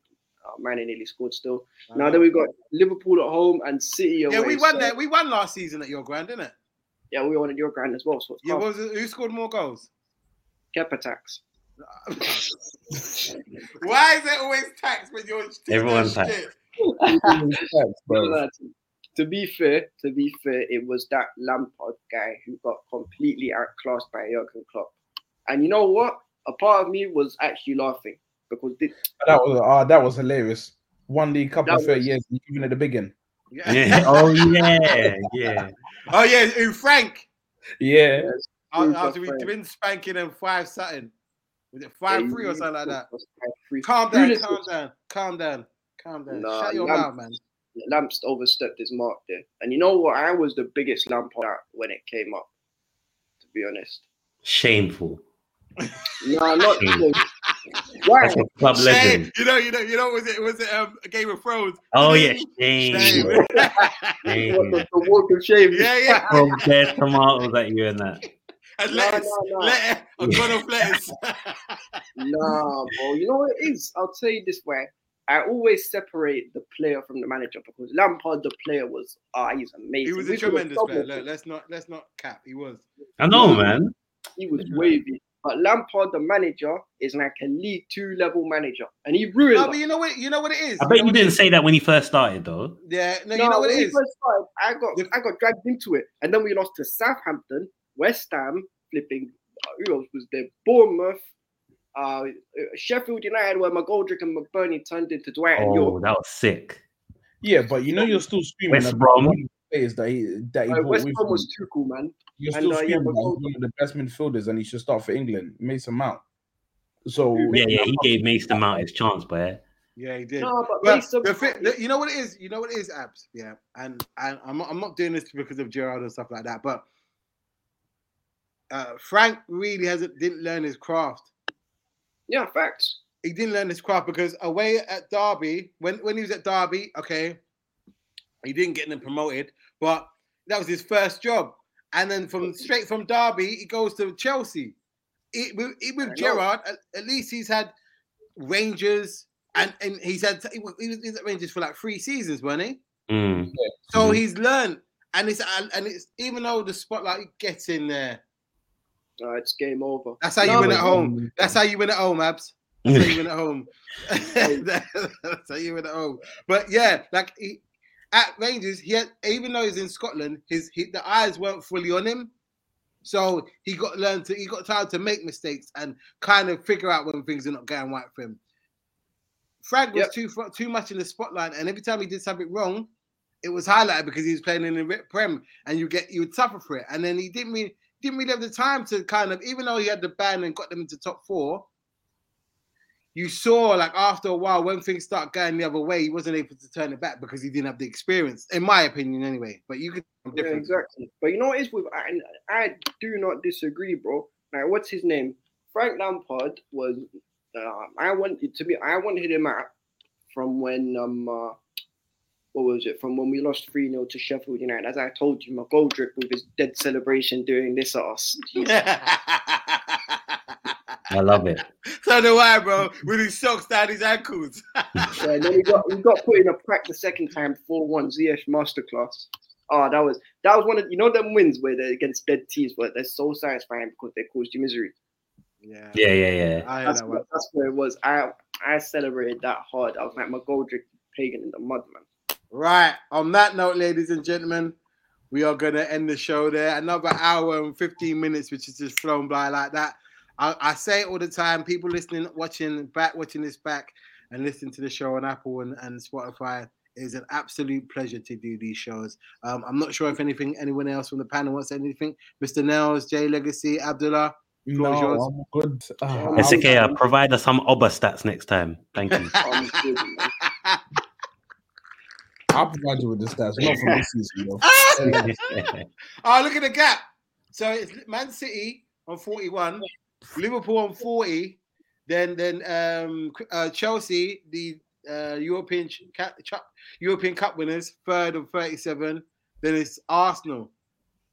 oh, man, they nearly scored still. now then, we got Liverpool at home and City away. yeah, we won so- that. We won last season at your grand, didn't it? Yeah, we won at your ground as well. So it's Yeah. yeah, What was it? Who scored more goals? cap attacks. Why is it always tax when you're Everyone's taxed. shit? Bro. To be fair, to be fair, it was that Lampard guy who got completely outclassed by Jurgen Klopp. And you know what? A part of me was actually laughing because this, That was ah, that was hilarious. One league cup That in thirty was- years, even at the beginning. yeah. Oh, yeah. Yeah. Oh yeah, who Frank? Yeah, After, Who's after we your Frank? been spanking and five something, was it five three or something like that? Five three. Calm down, Grealish calm was- down, calm down, calm down. Nah, Shut your nah. mouth, man. Lamps overstepped his mark there. And you know what? I was the biggest Lampard out when it came up, to be honest. Shameful. No, not Hmm. even. Why? That's a club Shame. legend. You know, you know, you know. Was it was it um, Game of Thrones? Oh, yeah. Shame. Shame. What Shame. the, the walk of shame? yeah, yeah. Throw their tomatoes at you and that. And No, lettuce, no, no. lettuce, a gun of lettuce. Nah, bro. You know what it is? I'll tell you this way. I always separate the player from the manager because Lampard, the player, was ah, he's he amazing. was We a could have tremendous player. doubled Look, him. let's not let's not cap. He was. I know, man. He was wavy. But Lampard, the manager, is like a League Two level manager, and he ruined. No, us. but you know what? You know what it is. I bet know you what- didn't say that when he first started, though. Yeah, no, No, you know what when it we is. first started, I got The- I got dragged into it, and then we lost to Southampton, West Ham, flipping. uh, Who else was there? Bournemouth, uh, Sheffield United, where McGoldrick and McBurney turned into Dwight and Oh, York. that was sick. yeah, but you know you're still screaming West about Brom. players that he that he Uh, bought West with Ham him. was too cool, man. You're and, still uh, yeah, screaming but about also- one of the best midfielders, and he should start for England. Mason Mount. So Yeah, yeah. He gave Mason Mount his chance, but Yeah, he did. No, but Well, Mason- the thi- the- you know what it is. You know what it is, abs. Yeah, and and I'm not- I'm not doing this because of Gerard and stuff like that, but uh, Frank really hasn't didn't learn his craft. yeah, facts. He didn't learn his craft because away at Derby, when when he was at Derby, okay, he didn't get them promoted, but that was his first job. And then from straight from Derby, he goes to Chelsea. It, with it, I know. with Gerard, at, at least he's had Rangers, and and he's had he was, he was at Rangers for like three seasons, wasn't he? mm. So Mm-hmm. Mhm. he's learned, and it's and- and it's even though the spotlight gets in there, Uh, it's game over. that's how you No, win but- at home. That's how you win at home, Abs. That's how you win at home. that's how you win at home. But yeah, like he, at Rangers, he had, even though he's in Scotland, his he, the eyes weren't fully on him. So he got learned to he got time to make mistakes and kind of figure out when things are not going right for him. Frank was Yep. too fro- too much in the spotlight, and every time he did something wrong, it was highlighted because he was playing in the re- prem, and you get you would suffer for it. And then he didn't really didn't really have the time to kind of, even though he had the ban and got them into top four. You saw like after a while when things start going the other way, he wasn't able to turn it back because he didn't have the experience, in my opinion, anyway. But you could Yeah, exactly. But you know what it is with I, I do not disagree, bro. Like, what's his name? Frank Lampard was um, I wanted to be. I wanted him out from when um, uh, what was it? From when we lost three 0 to Sheffield United. As I told you, McGoldrick with his dead celebration doing this at us. I love it. so do I, bro. With his socks down his ankles. Yeah, and then we got we got put in a pack the second time, four one ZF masterclass. Oh, that was that was one of you know them wins where they're against dead teams, but they're so satisfying because they caused you misery. Yeah. Yeah, yeah, yeah. I know That's that one. what, that's what it was. I I celebrated that hard. I was like McGoldrick pagan in the mud, man. Right. On that note, ladies and gentlemen, we are going to end the show there. Another hour and 15 minutes, which is just flown by like that. I, I say it all the time. People listening, watching back, watching this back, and listening to the show on Apple and, and Spotify. It is an absolute pleasure to do these shows. Um, I'm not sure if anything, anyone else from the panel wants anything. Mr. Nels, Jay Legacy, Abdullah. No, yours. I'm good. Ah, It's I'm- SKR, provide us some OBA stats next time. Thank you. I'm kidding, man. I'll provide you with this guys. Not for this season, though. Oh, look at the gap. So it's Man City on 41, Liverpool on 40, then then um uh, Chelsea, the uh, European ch- ca- cha- European Cup winners, third on 37. Then it's Arsenal.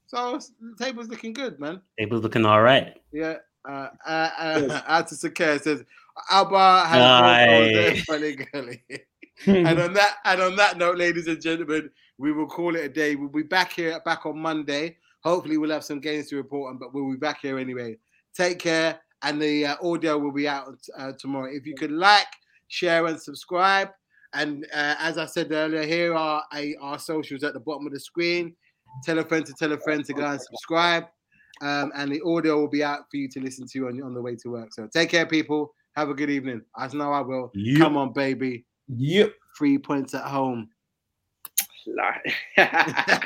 So it's- the table's looking good, man. Table's looking all right. Yeah. Uh, uh, uh, out to Sakir says Alba has Aye. no funny girly. and on that and on that note, ladies and gentlemen, we will call it a day. We'll be back here back on Monday. Hopefully, we'll have some games to report on, but we'll be back here anyway. Take care, and the uh, audio will be out uh, tomorrow. If you could like, share, and subscribe, and uh, as I said earlier, here are a, our socials at the bottom of the screen. Tell a friend to tell a friend to go and subscribe, um, and the audio will be out for you to listen to on, on the way to work. So take care, people. Have a good evening. I know I will. Yep. Come on, baby Yep. three points at home. Like-